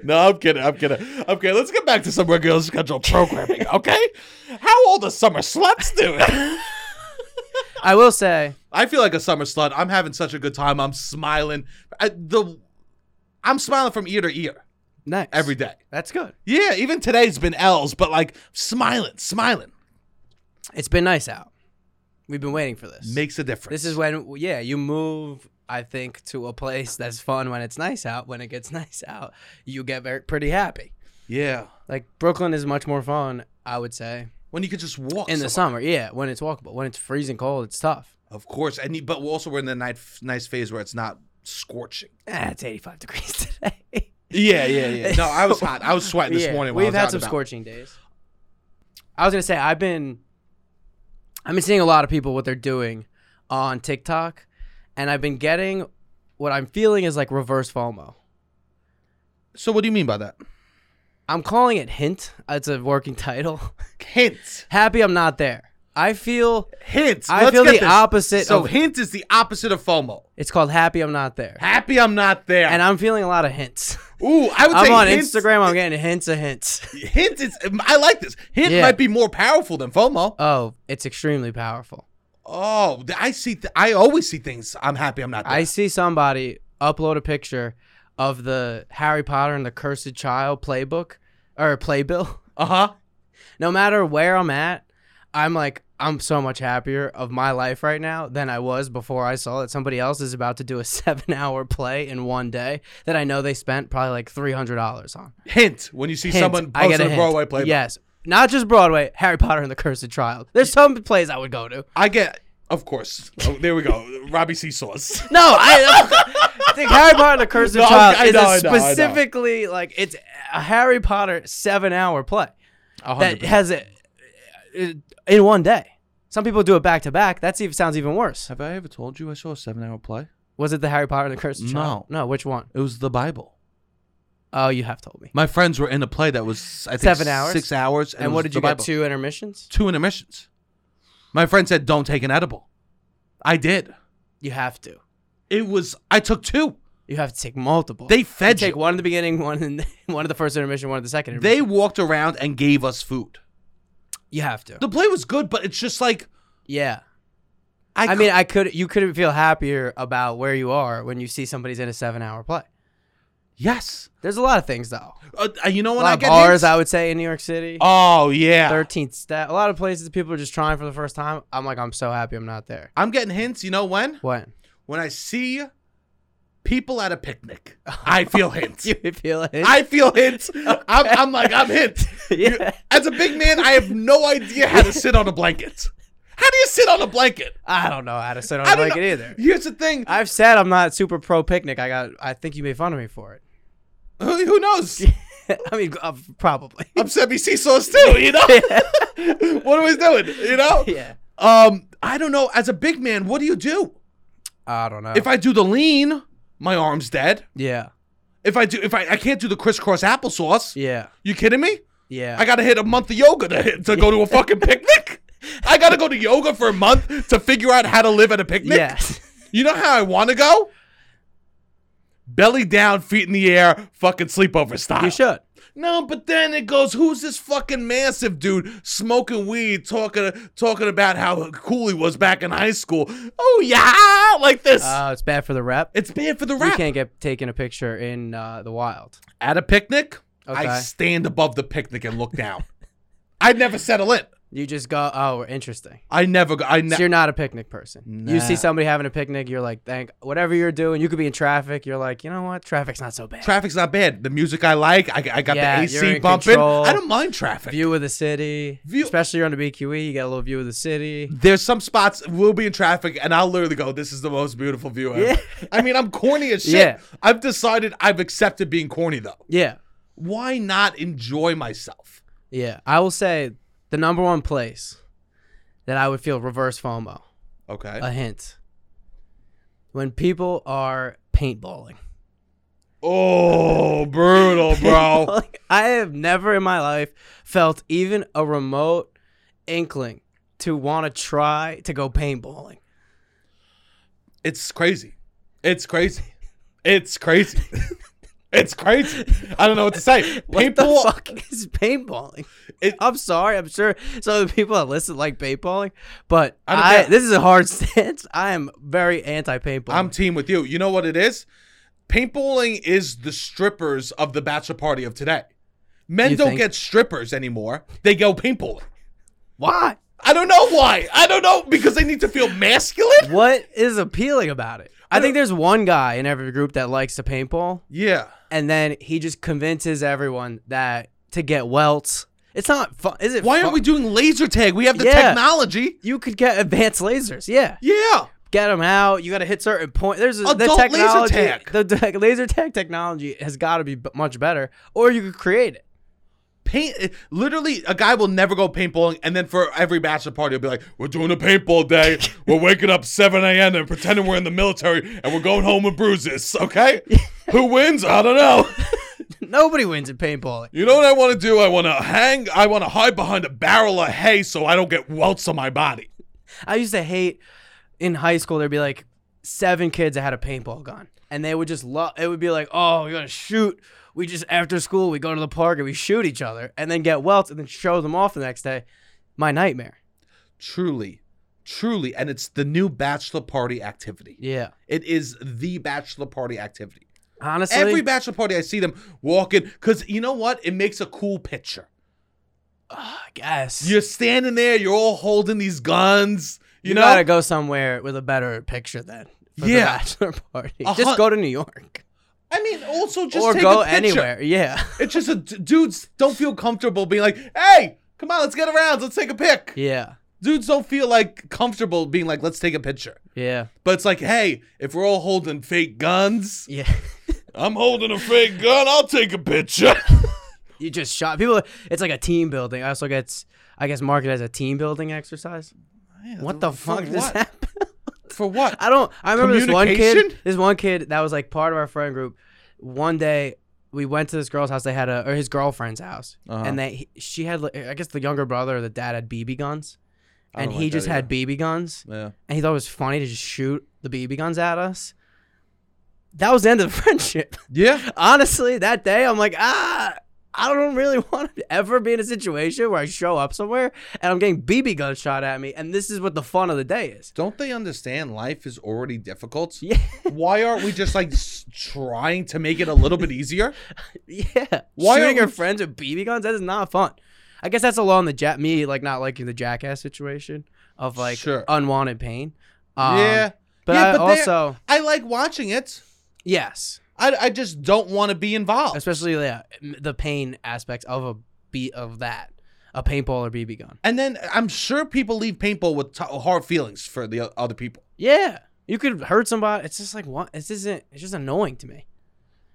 S1: No, I'm kidding. I'm kidding. I'm kidding. Let's get back to some regular scheduled programming, okay? How old are summer sluts doing?
S2: I will say
S1: I feel like a summer slut. I'm having such a good time. I'm smiling. I, the, I'm smiling from ear to ear
S2: nice.
S1: every day.
S2: that's good.
S1: Yeah, even today's been L's, but like smiling, smiling
S2: It's been nice out. We've been waiting for this.
S1: makes a difference.
S2: This is when yeah, you move. I think to a place that's fun when it's nice out. When it gets nice out, you get very pretty happy.
S1: yeah.
S2: Like Brooklyn is much more fun, I would say,
S1: When you could just walk
S2: in the summer.
S1: somewhere.
S2: Yeah, when it's walkable. When it's freezing cold, it's tough.
S1: Of course, and you- but also we're in the night, nice phase where it's not scorching.
S2: Ah, it's 85 degrees today.
S1: Yeah, yeah, yeah. No, I was hot. I was sweating this
S2: Yeah,
S1: morning. when I
S2: We've
S1: was out
S2: had
S1: and
S2: some
S1: about.
S2: scorching days. I was gonna say I've been, I've been seeing a lot of people what they're doing on TikTok, and I've been getting what I'm feeling is like reverse FOMO.
S1: So what do you mean by that?
S2: I'm calling it hint. It's a working title.
S1: Hint,
S2: Happy I'm not there. I feel
S1: hint.
S2: I
S1: Let's
S2: feel
S1: get
S2: the
S1: this.
S2: opposite
S1: So
S2: of-
S1: hint is the opposite of FOMO.
S2: it's called happy I'm not there,
S1: Happy I'm not there.
S2: and I'm feeling a lot of hints.
S1: Ooh, I would say
S2: I'm on
S1: hint,
S2: Instagram. I'm getting hints of hints.
S1: Hint is. I like this. Hint
S2: Yeah.
S1: might be more powerful than FOMO.
S2: Oh, it's extremely powerful.
S1: oh, th- I see. Th- I always see things. I'm happy. I'm not. There.
S2: I see somebody upload a picture of the Harry Potter and the Cursed Child playbook or playbill.
S1: Uh huh.
S2: No matter where I'm at, I'm like, I'm so much happier of my life right now than I was before I saw that somebody else is about to do a seven hour play in one day that I know they spent probably like $300 on.
S1: Hint when you see
S2: Hint,
S1: someone
S2: I get
S1: post a
S2: hint.
S1: Broadway play.
S2: Yes. Not just Broadway, Harry Potter and the Cursed Child. There's some plays I would go to.
S1: I get. Of course. Oh, there we go. Robbie Seesaws.
S2: No, I, I think Harry Potter and the Cursed
S1: No, I-
S2: Child
S1: I
S2: is
S1: know,
S2: a
S1: I know, I know.
S2: specifically like it's a Harry Potter seven-hour play that has it uh, in one day. Some people do it back to back. That even sounds even worse.
S1: Have I ever told you I saw a seven-hour play?
S2: Was it the Harry Potter and the Cursed Child? No, which one?
S1: It was the Bible.
S2: Oh, you have told me.
S1: My friends were in a play that was I think
S2: Seven hours?
S1: six hours.
S2: And,
S1: it
S2: what
S1: was
S2: did
S1: the
S2: you get?
S1: Bible.
S2: Two intermissions.
S1: Two intermissions. My friend said, "Don't take an edible." I did.
S2: You have to.
S1: It was. I took two.
S2: You have to take multiple.
S1: They
S2: You
S1: fed you.
S2: take one in the beginning, one in the, one at the first intermission, one at the second.
S1: They
S2: Intermission.
S1: walked around and gave us food.
S2: you have to.
S1: The play was good, but it's just like
S2: Yeah.
S1: I,
S2: I mean, I could. You couldn't feel happier about where you are when you see somebody's in a seven-hour play.
S1: yes.
S2: There's a lot of things though.
S1: Uh, uh, you know
S2: A
S1: when
S2: lot
S1: I
S2: of
S1: get
S2: bars,
S1: hits?
S2: I would say, in New York City.
S1: oh yeah,
S2: Thirteenth step. A lot of places people are just trying for the first time. I'm like, I'm so happy I'm not there.
S1: I'm getting hints. You know when?
S2: What?
S1: When I see people at a picnic, I feel hints.
S2: You feel it?
S1: I feel hints. I'm, I'm like I'm hint.
S2: yeah.
S1: As a big man, I have no idea how to sit on a blanket. How do you sit on a blanket?
S2: I don't know how to sit on
S1: I
S2: a
S1: don't
S2: blanket
S1: know.
S2: either.
S1: Here's the thing.
S2: I've said I'm not super pro picnic. I got. I think you made fun of me for it.
S1: who, who knows?
S2: I mean, uh, probably.
S1: Upset me seesaws too. You know. what are we doing? You know.
S2: yeah.
S1: Um, I don't know. As a big man, what do you do?
S2: I don't know.
S1: If I do the lean, my arm's dead.
S2: yeah.
S1: If I do, if I, I can't do the crisscross applesauce.
S2: Yeah.
S1: You kidding me?
S2: Yeah.
S1: I gotta hit a month of yoga to hit, to go to a fucking picnic. I gotta go to yoga for a month to figure out how to live at a picnic.
S2: Yes.
S1: You know how I want to go? Belly down, feet in the air, fucking sleepover style.
S2: You should.
S1: No, but then it goes, who's this fucking massive dude smoking weed, talking talking about how cool he was back in high school? Oh yeah, like this.
S2: Uh, it's bad for the rep.
S1: it's bad for the
S2: You
S1: rap.
S2: can't get taken a picture in uh, the wild.
S1: At a picnic, I
S2: Okay.
S1: stand above the picnic and look down. I never settle in.
S2: You just go, oh, interesting.
S1: I never go. I ne-
S2: So you're not a picnic person. You see
S1: Nah.
S2: somebody having a picnic, you're like, thank whatever you're doing. You could be in traffic. You're like, you know what? Traffic's not so bad.
S1: traffic's not bad. The music I like, I, I got
S2: Yeah,
S1: the
S2: you're
S1: AC
S2: in
S1: bumping.
S2: control.
S1: I don't mind traffic.
S2: view of the city,
S1: View-
S2: especially you're on the BQE. You got a little view of the city.
S1: There's some spots we'll be in traffic, and I'll literally go, "This is the most beautiful view ever."
S2: Yeah.
S1: I mean, I'm corny as shit.
S2: Yeah.
S1: I've decided I've accepted being corny though.
S2: Yeah,
S1: Why not enjoy myself?
S2: yeah. I will say the number one place that I would feel reverse FOMO.
S1: Okay.
S2: A hint. When people are paintballing.
S1: oh, brutal, bro.
S2: Like, I have never in my life felt even a remote inkling to want to try to go paintballing.
S1: it's crazy. It's crazy. It's crazy. it's crazy. I don't know what to say.
S2: What
S1: People
S2: the fuck is paintballing?
S1: It-
S2: I'm sorry. I'm sure some of the people that listen like paintballing, but
S1: I don't
S2: I,
S1: care.
S2: this is a hard stance. I am very anti paintball.
S1: I'm team with you. You know what it is? Paintballing is the strippers of the bachelor party of today. Men
S2: You
S1: don't
S2: think?
S1: get strippers anymore. They go paintballing.
S2: Why?
S1: I don't know why. I don't know because they need to feel masculine.
S2: What is appealing about it? I think there's one guy in every group that likes to paintball,
S1: Yeah.
S2: and then he just convinces everyone that to get welts. It's not fun. Is it?
S1: Why
S2: fun?
S1: aren't we doing laser tag? We have the
S2: Yeah.
S1: technology.
S2: You could get advanced lasers. Yeah.
S1: Yeah.
S2: get them out. You got to hit certain point. There's a, the
S1: Adult laser
S2: technology.
S1: tag.
S2: The tech- laser tag technology has got to be b- much better, or you could create it.
S1: Paint literally a guy will never go paintballing and then for every bachelor party he'll be like, We're doing a paintball day. we're waking up seven AM and pretending we're in the military and we're going home with bruises, okay? Who wins? I don't know.
S2: Nobody wins at paintballing.
S1: You know what I want to do? I want to hang. I want to hide behind a barrel of hay so I don't get welts on my body.
S2: I used to hate in high school. There'd be like seven kids that had a paintball gun, and they would just love. It would be like, oh, we gotta shoot. We just after school we go to the park and we shoot each other, and then get welts, and then show them off the next day. My nightmare.
S1: Truly, truly, and it's the new bachelor party activity.
S2: Yeah.
S1: It is the bachelor party activity.
S2: Honestly,
S1: Every bachelor party I see them walking, because you know what? It makes a cool picture.
S2: I guess
S1: You're standing there. You're all holding these guns. You,
S2: You,
S1: know,
S2: gotta go somewhere with a better picture then. For
S1: Yeah.
S2: The bachelor party.
S1: A hun-
S2: Just go to New York.
S1: I mean, also just
S2: or
S1: take
S2: go
S1: a picture.
S2: anywhere. Yeah.
S1: It's just a d- dudes don't feel comfortable being like, hey. Come on, let's get around. Let's take a pic.
S2: Yeah.
S1: Dudes don't feel like comfortable being like, let's take a picture.
S2: Yeah.
S1: But it's like, hey, if we're all holding fake guns,
S2: Yeah.
S1: I'm holding a fake gun. I'll take a picture.
S2: you just shot people it's like a team building. Also gets I guess marketed as a team building exercise. What the fuck
S1: For
S2: just
S1: what?
S2: happened?
S1: For what?
S2: I don't I remember this one kid
S1: Communication?
S2: this one kid that was like part of our friend group. One day we went to this girl's house. They had a or his girlfriend's house,
S1: Uh-huh.
S2: and they he- she had like, I guess the younger brother or the dad had BB guns,
S1: I
S2: and
S1: don't
S2: he
S1: like that
S2: just had BB guns,
S1: Yeah.
S2: and he thought it was funny to just shoot the BB guns at us. That was the end of the friendship.
S1: Yeah.
S2: Honestly, that day I'm like, ah, I don't really want to ever be in a situation where I show up somewhere and I'm getting BB guns shot at me, and this is what the fun of the day is.
S1: Don't they understand life is already difficult?
S2: Yeah,
S1: Why aren't we just like s- trying to make it a little bit easier?
S2: yeah.
S1: Why
S2: Shooting
S1: are
S2: your
S1: we-
S2: friends with BB guns that is not fun. I guess that's along the ja- me like not liking the jackass situation of like
S1: Sure.
S2: unwanted pain. Um,
S1: yeah.
S2: but,
S1: Yeah,
S2: I
S1: but they're-
S2: also
S1: I like watching it.
S2: yes.
S1: I, I just don't want to be involved.
S2: especially yeah, m- the pain aspects of a beat of that a paintball or bb gun
S1: And then I'm sure people leave paintball with t- hard feelings for the o- other people.
S2: yeah you could hurt somebody it's just like what this isn't it's just annoying to me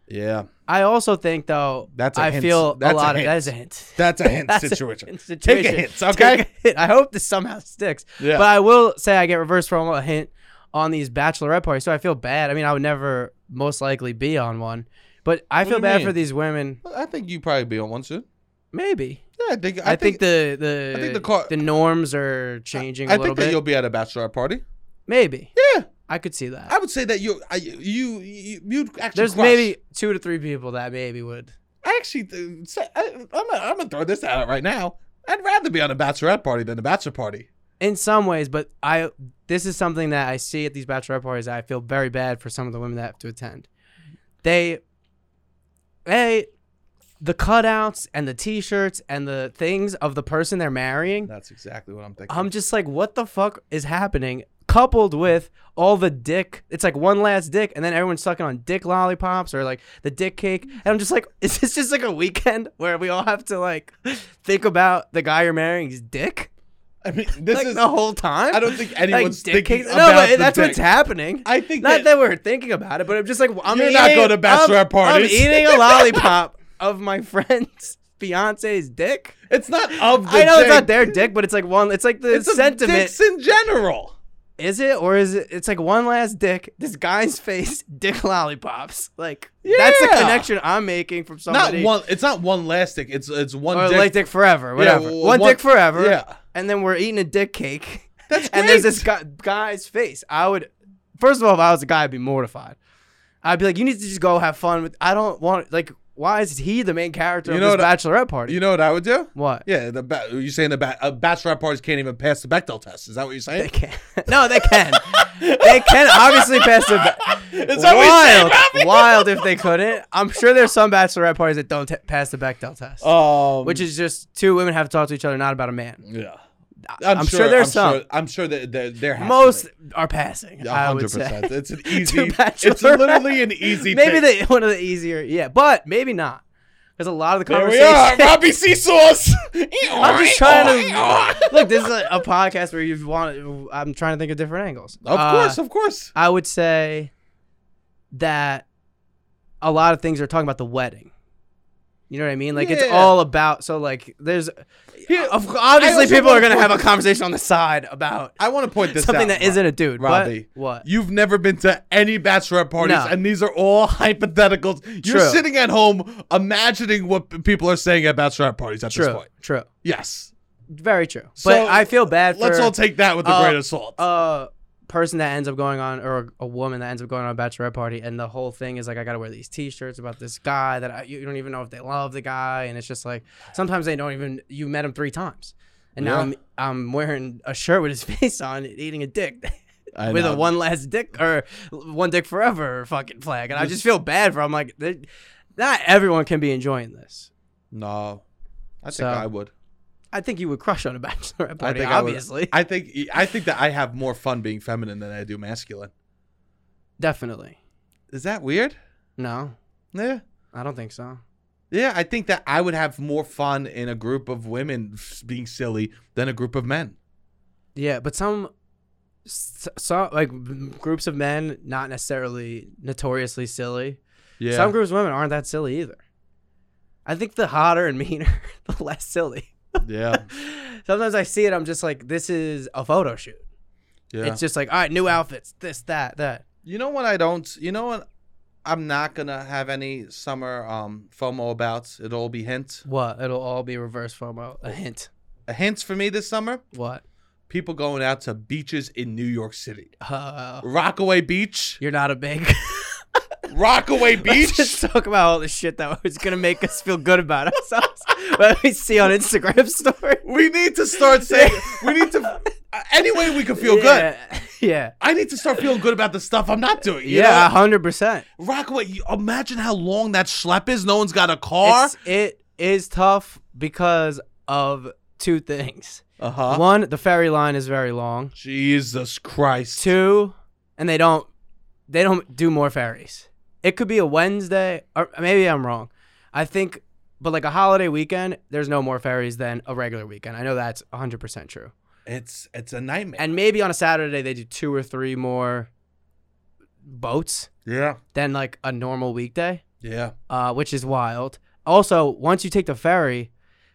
S1: Yeah.
S2: i also think though
S1: That's a
S2: I
S1: hint.
S2: feel
S1: That's a
S2: a lot
S1: hint.
S2: of that is a hint
S1: That's a hint
S2: That's a
S1: situation.
S2: hint
S1: Take a
S2: situation.
S1: hint, okay?
S2: Take a hint. i hope this somehow sticks
S1: Yeah.
S2: but i will say i get reverse promo a hint on these bachelorette parties so i feel bad i mean i would never most likely be on one But I
S1: What do
S2: feel
S1: you
S2: bad
S1: mean?
S2: for these women.
S1: I think you probably be on one soon.
S2: Maybe.
S1: Yeah, I think.
S2: I, think, the the
S1: I think the car-
S2: the norms are changing a
S1: I
S2: little
S1: think that you'll
S2: bit.
S1: be at a bachelor party.
S2: Maybe.
S1: Yeah,
S2: I could see that.
S1: I would say that you, I, you, you, you actually.
S2: There's
S1: crush.
S2: maybe two to three people that maybe would.
S1: I actually, th- say- I, I'm, gonna, I'm gonna throw this out right now. I'd rather be on a bachelorette party than a bachelor party.
S2: In some ways, but I this is something that I see at these bachelorette parties. that I feel very bad for some of the women that have to attend. They they the cutouts and the t-shirts and the things of the person they're marrying.
S1: That's exactly what I'm thinking.
S2: I'm just like, what the fuck is happening? Coupled with all the dick, it's like one last dick, and then everyone's sucking on dick lollipops or like the dick cake. And I'm just like, is this just like a weekend where we all have to like think about the guy you're marrying's dick
S1: I mean, this
S2: like
S1: is.
S2: the whole time?
S1: I don't think
S2: Like,
S1: anyone's
S2: dick
S1: thinking
S2: cakes.
S1: about
S2: no, but
S1: the
S2: that's what's
S1: dick.
S2: happening.
S1: I think
S2: Not that,
S1: that
S2: we're thinking about it, but I'm just like, I'm
S1: You're
S2: eating,
S1: not going to bachelorette
S2: I'm-
S1: parties.
S2: I'm eating a lollipop of my friend's fiance's dick.
S1: it's not of the.
S2: I know it's
S1: dick.
S2: not their dick, but it's like one. It's like the
S1: It's of
S2: sentiment.
S1: dicks in general.
S2: Is it or is it? It's like one last dick. This guy's face, dick lollipops. Like that's the
S1: Yeah.
S2: connection I'm making from somebody.
S1: Not one. It's not one last dick. It's it's one
S2: Oh, or
S1: dick.
S2: like dick forever, whatever.
S1: well,
S2: one,
S1: one-
S2: dick forever.
S1: yeah.
S2: And then we're eating a dick cake.
S1: That's
S2: and there's
S1: great.
S2: this guy, guy's face. I would, first of all, if I was a guy, I'd be mortified. I'd be like, you need to just go have fun with. I don't want like. Why is he the main character
S1: You
S2: of
S1: know
S2: this
S1: what I-
S2: bachelorette party?
S1: You know what I would do?
S2: what?
S1: Yeah, the ba- you saying the ba- uh, bachelorette parties can't even pass the Bechdel test? Is that what you're
S2: They
S1: saying?
S2: can. No, they can. they can obviously pass the.
S1: Is that what you're
S2: wild,
S1: saying,
S2: wild if they couldn't. I'm sure there's some bachelorette parties that don't t- pass the Bechdel test,
S1: Robbie? Um,
S2: which is just two women have to talk to each other, not about a man.
S1: yeah.
S2: I'm sure there's
S1: I'm
S2: some.
S1: Sure, I'm sure that there, there has
S2: Most
S1: to
S2: are passing.
S1: be.
S2: I would say.
S1: 100%. It's an easy.
S2: bachelorette.
S1: it's literally an easy.
S2: maybe
S1: pick.
S2: the one of the easier. Yeah, but maybe not, because a lot of the
S1: There we
S2: conversations.
S1: are, Robbie Seesaws. I'm
S2: I'm just trying to look. This is a, a podcast where you want. I'm trying to think of different angles.
S1: Of
S2: Uh,
S1: course, of course.
S2: I would say that a lot of things are talking about the wedding. You know what I mean? Like it's
S1: Yeah.
S2: all about. So like, there's
S1: Here-
S2: of- obviously
S1: also
S2: people are
S1: wanna
S2: gonna
S1: point-
S2: have a conversation on the side about
S1: I want to point this
S2: something
S1: out,
S2: that not a dude. but-
S1: Robbie.
S2: what?
S1: You've never been to any bachelorette parties,
S2: No.
S1: and these are all hypotheticals. You're
S2: True.
S1: sitting at home imagining what p- people are saying at bachelorette parties at this
S2: True.
S1: point.
S2: True.
S1: Yes.
S2: Very true.
S1: So,
S2: but I feel bad. For,
S1: Let's all take that with a
S2: uh,
S1: grain of salt.
S2: a person that ends up going on or a woman that ends up going on a bachelorette party and the whole thing is like i gotta wear these t-shirts about this guy that I, you don't even know if they love the guy and it's just like sometimes they don't even you met him three times and now
S1: Yeah.
S2: I'm, I'm wearing a shirt with his face on and eating a dick
S1: I
S2: with a
S1: know.
S2: one last dick or one dick forever fucking flag and i just feel bad for i'm like they- not everyone can be enjoying this
S1: No, I think
S2: So,
S1: I would.
S2: i think you would crush on a bachelorette
S1: I
S2: party
S1: think
S2: obviously
S1: I, would. I think I think that I have more fun being feminine than I do masculine.
S2: definitely
S1: Is that weird?
S2: no
S1: Yeah.
S2: i don't think so
S1: Yeah, I think that I would have more fun in a group of women f- being silly than a group of men.
S2: Yeah, but some, s- some like m- groups of men not necessarily notoriously silly.
S1: Yeah.
S2: Some groups of women aren't that silly either. I think the hotter and meaner, the less silly.
S1: yeah.
S2: Sometimes I see it, I'm just like, this is a photo shoot.
S1: Yeah.
S2: It's just like, all right, new outfits, this, that, that.
S1: You know what I don't. You know what I'm not gonna have any summer um FOMO about. It'll be hint.
S2: What? It'll all be reverse FOMO. A hint.
S1: A hint for me this summer.
S2: What?
S1: People going out to beaches in New York City. Oh.
S2: Uh,
S1: Rockaway Beach.
S2: you're not a big.
S1: Rockaway
S2: Let's
S1: Beach.
S2: just talk about all the shit that was gonna make us feel good about ourselves. what we see on Instagram stories.
S1: we need to start saying. we need to. Any way we can feel good.
S2: yeah. Yeah.
S1: I need to start feeling good about the stuff I'm not doing. You
S2: yeah,
S1: yeah.
S2: a hundred percent.
S1: Rockaway. You, imagine how long that schlep is. No one's got a car.
S2: It's- It is tough because of two things.
S1: Uh huh.
S2: One, the ferry line is very long.
S1: Jesus Christ.
S2: Two, and they don't they don't do more ferries. It could be a Wednesday, or maybe I'm wrong. I think, but like a holiday weekend, there's no more ferries than a regular weekend. I know that's hundred percent true.
S1: It's it's a nightmare.
S2: And maybe on a Saturday they do two or three more boats
S1: yeah.
S2: than like a normal weekday.
S1: Yeah.
S2: uh, which is wild. Also, once you take the ferry,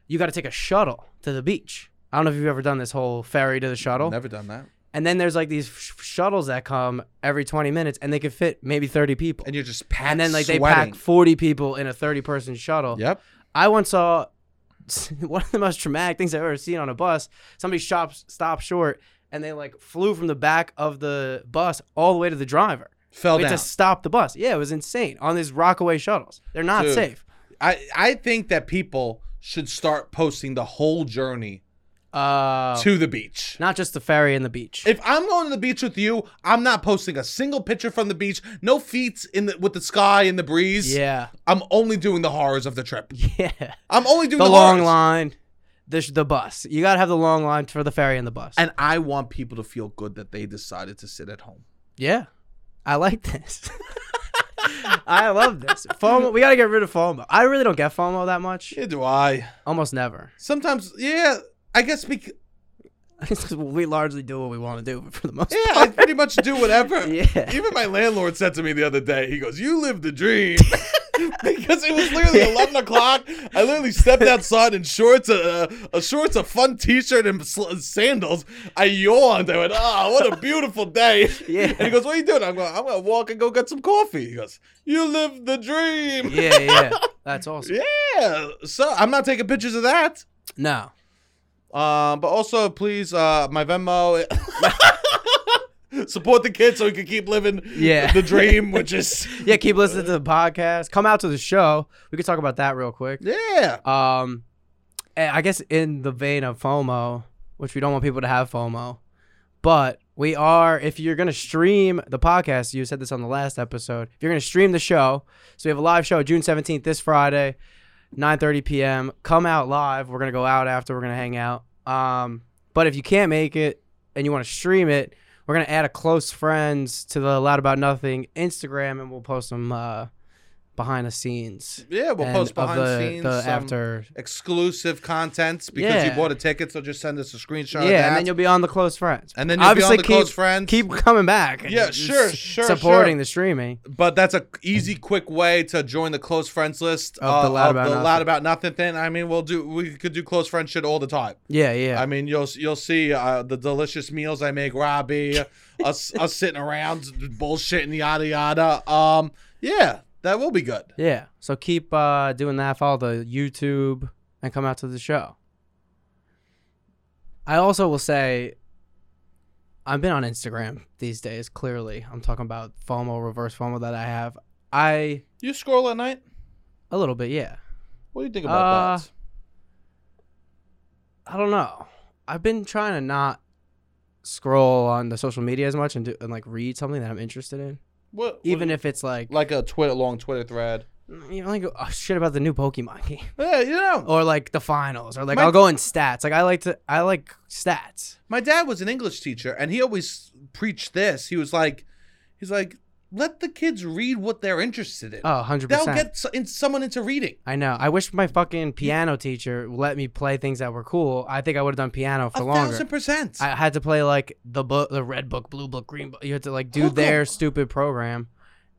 S2: you got to take a shuttle to the beach. I don't know if you've ever done this whole ferry to the shuttle.
S1: Never done that.
S2: And then there's like these sh- shuttles that come every 20 minutes, and they could fit maybe 30 people.
S1: and you're just
S2: And then like they
S1: sweating.
S2: pack 40 people in a 30 person shuttle.
S1: Yep.
S2: I once saw one of the most traumatic things I've ever seen on a bus. Somebody shops stopped short and they like flew from the back of the bus all the way to the driver.
S1: Fell
S2: we had
S1: down.
S2: to stop the bus. Yeah, it was insane on these Rockaway shuttles. They're not
S1: Dude.
S2: safe.
S1: I I think that people should start posting the whole journey
S2: Uh,
S1: to the beach.
S2: not just the ferry and the beach.
S1: If I'm going to the beach with you, I'm not posting a single picture from the beach. No feats in the with the sky and the breeze.
S2: yeah,
S1: I'm only doing the horrors of the trip.
S2: yeah.
S1: I'm only doing
S2: The
S1: the,
S2: long
S1: horrors.
S2: line, the sh- the bus. You gotta have the long line for the ferry and the bus.
S1: And I want people to feel good that they decided to sit at home.
S2: yeah, I like this. I love this. FOMO. We gotta get rid of FOMO. I really don't get FOMO that much.
S1: Yeah, do I?
S2: Almost never.
S1: Sometimes, yeah. I guess because
S2: we largely do what we want to do for the most
S1: yeah, I pretty much do whatever.
S2: part. Yeah.
S1: Even my landlord said to me the other day, he goes, You live the dream. because it was literally 11 o'clock. I literally stepped outside in shorts, a, a shorts, a fun t shirt, and sl- sandals. I yawned. I went, Oh, what a beautiful day.
S2: Yeah.
S1: And he goes, What are you doing? I'm going, I'm going to walk and go get some coffee. He goes, You live the dream.
S2: Yeah, yeah. That's awesome.
S1: Yeah. So I'm not taking pictures of that.
S2: No.
S1: Um, but also, please, uh, my Venmo. Support the kid so he can keep living
S2: Yeah.
S1: the dream, which is
S2: Yeah, keep listening to the podcast. Come out to the show. We could talk about that real quick.
S1: Yeah.
S2: Um and I guess in the vein of FOMO, which we don't want people to have FOMO, but we are if you're gonna stream the podcast, you said this on the last episode, if you're gonna stream the show, so we have a live show June seventeenth this Friday, nine thirty p.m. Come out live. We're gonna go out after. We're gonna hang out. Um, but if you can't make it and you want to stream it, we're gonna add a close friends to the Loud About Nothing Instagram, and we'll post some uh, behind the scenes.
S1: Yeah, we'll
S2: and
S1: post
S2: of
S1: behind the,
S2: the-
S1: scenes
S2: the
S1: some
S2: after.
S1: exclusive content because you
S2: Yeah.
S1: bought a ticket, so just send us a screenshot. of
S2: Yeah,
S1: that.
S2: and then you'll be on the close friends.
S1: And then you'll be
S2: Obviously
S1: on the
S2: keep,
S1: close friends.
S2: Keep coming back. and
S1: Yeah,
S2: just
S1: sure, sure,
S2: Supporting
S1: sure.
S2: the streaming.
S1: but that's a easy, quick way to join the close friends list
S2: Of the
S1: uh,
S2: Loud About
S1: the
S2: Nothing.
S1: Loud About Nothing thing. I mean, we'll do we could do close friend shit all the time.
S2: Yeah, yeah.
S1: I mean, you'll you'll see uh, the delicious meals I make, Robbie, us us sitting around bullshitting yada yada. Um, yeah, that will be good.
S2: Yeah. So keep uh, doing that. Follow the YouTube and come out to the show. I also will say, I've been on Instagram these days. Clearly, I'm talking about FOMO, reverse FOMO that I have. I
S1: You scroll at night.
S2: a little bit, yeah.
S1: What do you think about
S2: Uh,
S1: that?
S2: I don't know. I've been trying to not scroll on the social media as much and do and like read something that I'm interested in,
S1: What, what-
S2: even if it's like
S1: like a Twitter long Twitter thread.
S2: you know, like oh, shit about the new Pokemon game
S1: Yeah, you know.
S2: or like the finals or like
S1: My-
S2: I'll go in stats. Like I like to I like stats.
S1: My dad was an English teacher, and he always preached this. He was like, he's like, let the kids read what they're interested in.
S2: Oh, 100%.
S1: That'll get so- in, someone into reading.
S2: I know. I wish my fucking piano teacher let me play things that were cool. I think I would have done piano for
S1: a
S2: longer.
S1: thousand percent.
S2: I had to play like the book, the red book, blue book, green book. You had to like do
S1: Cool, cool.
S2: their stupid program,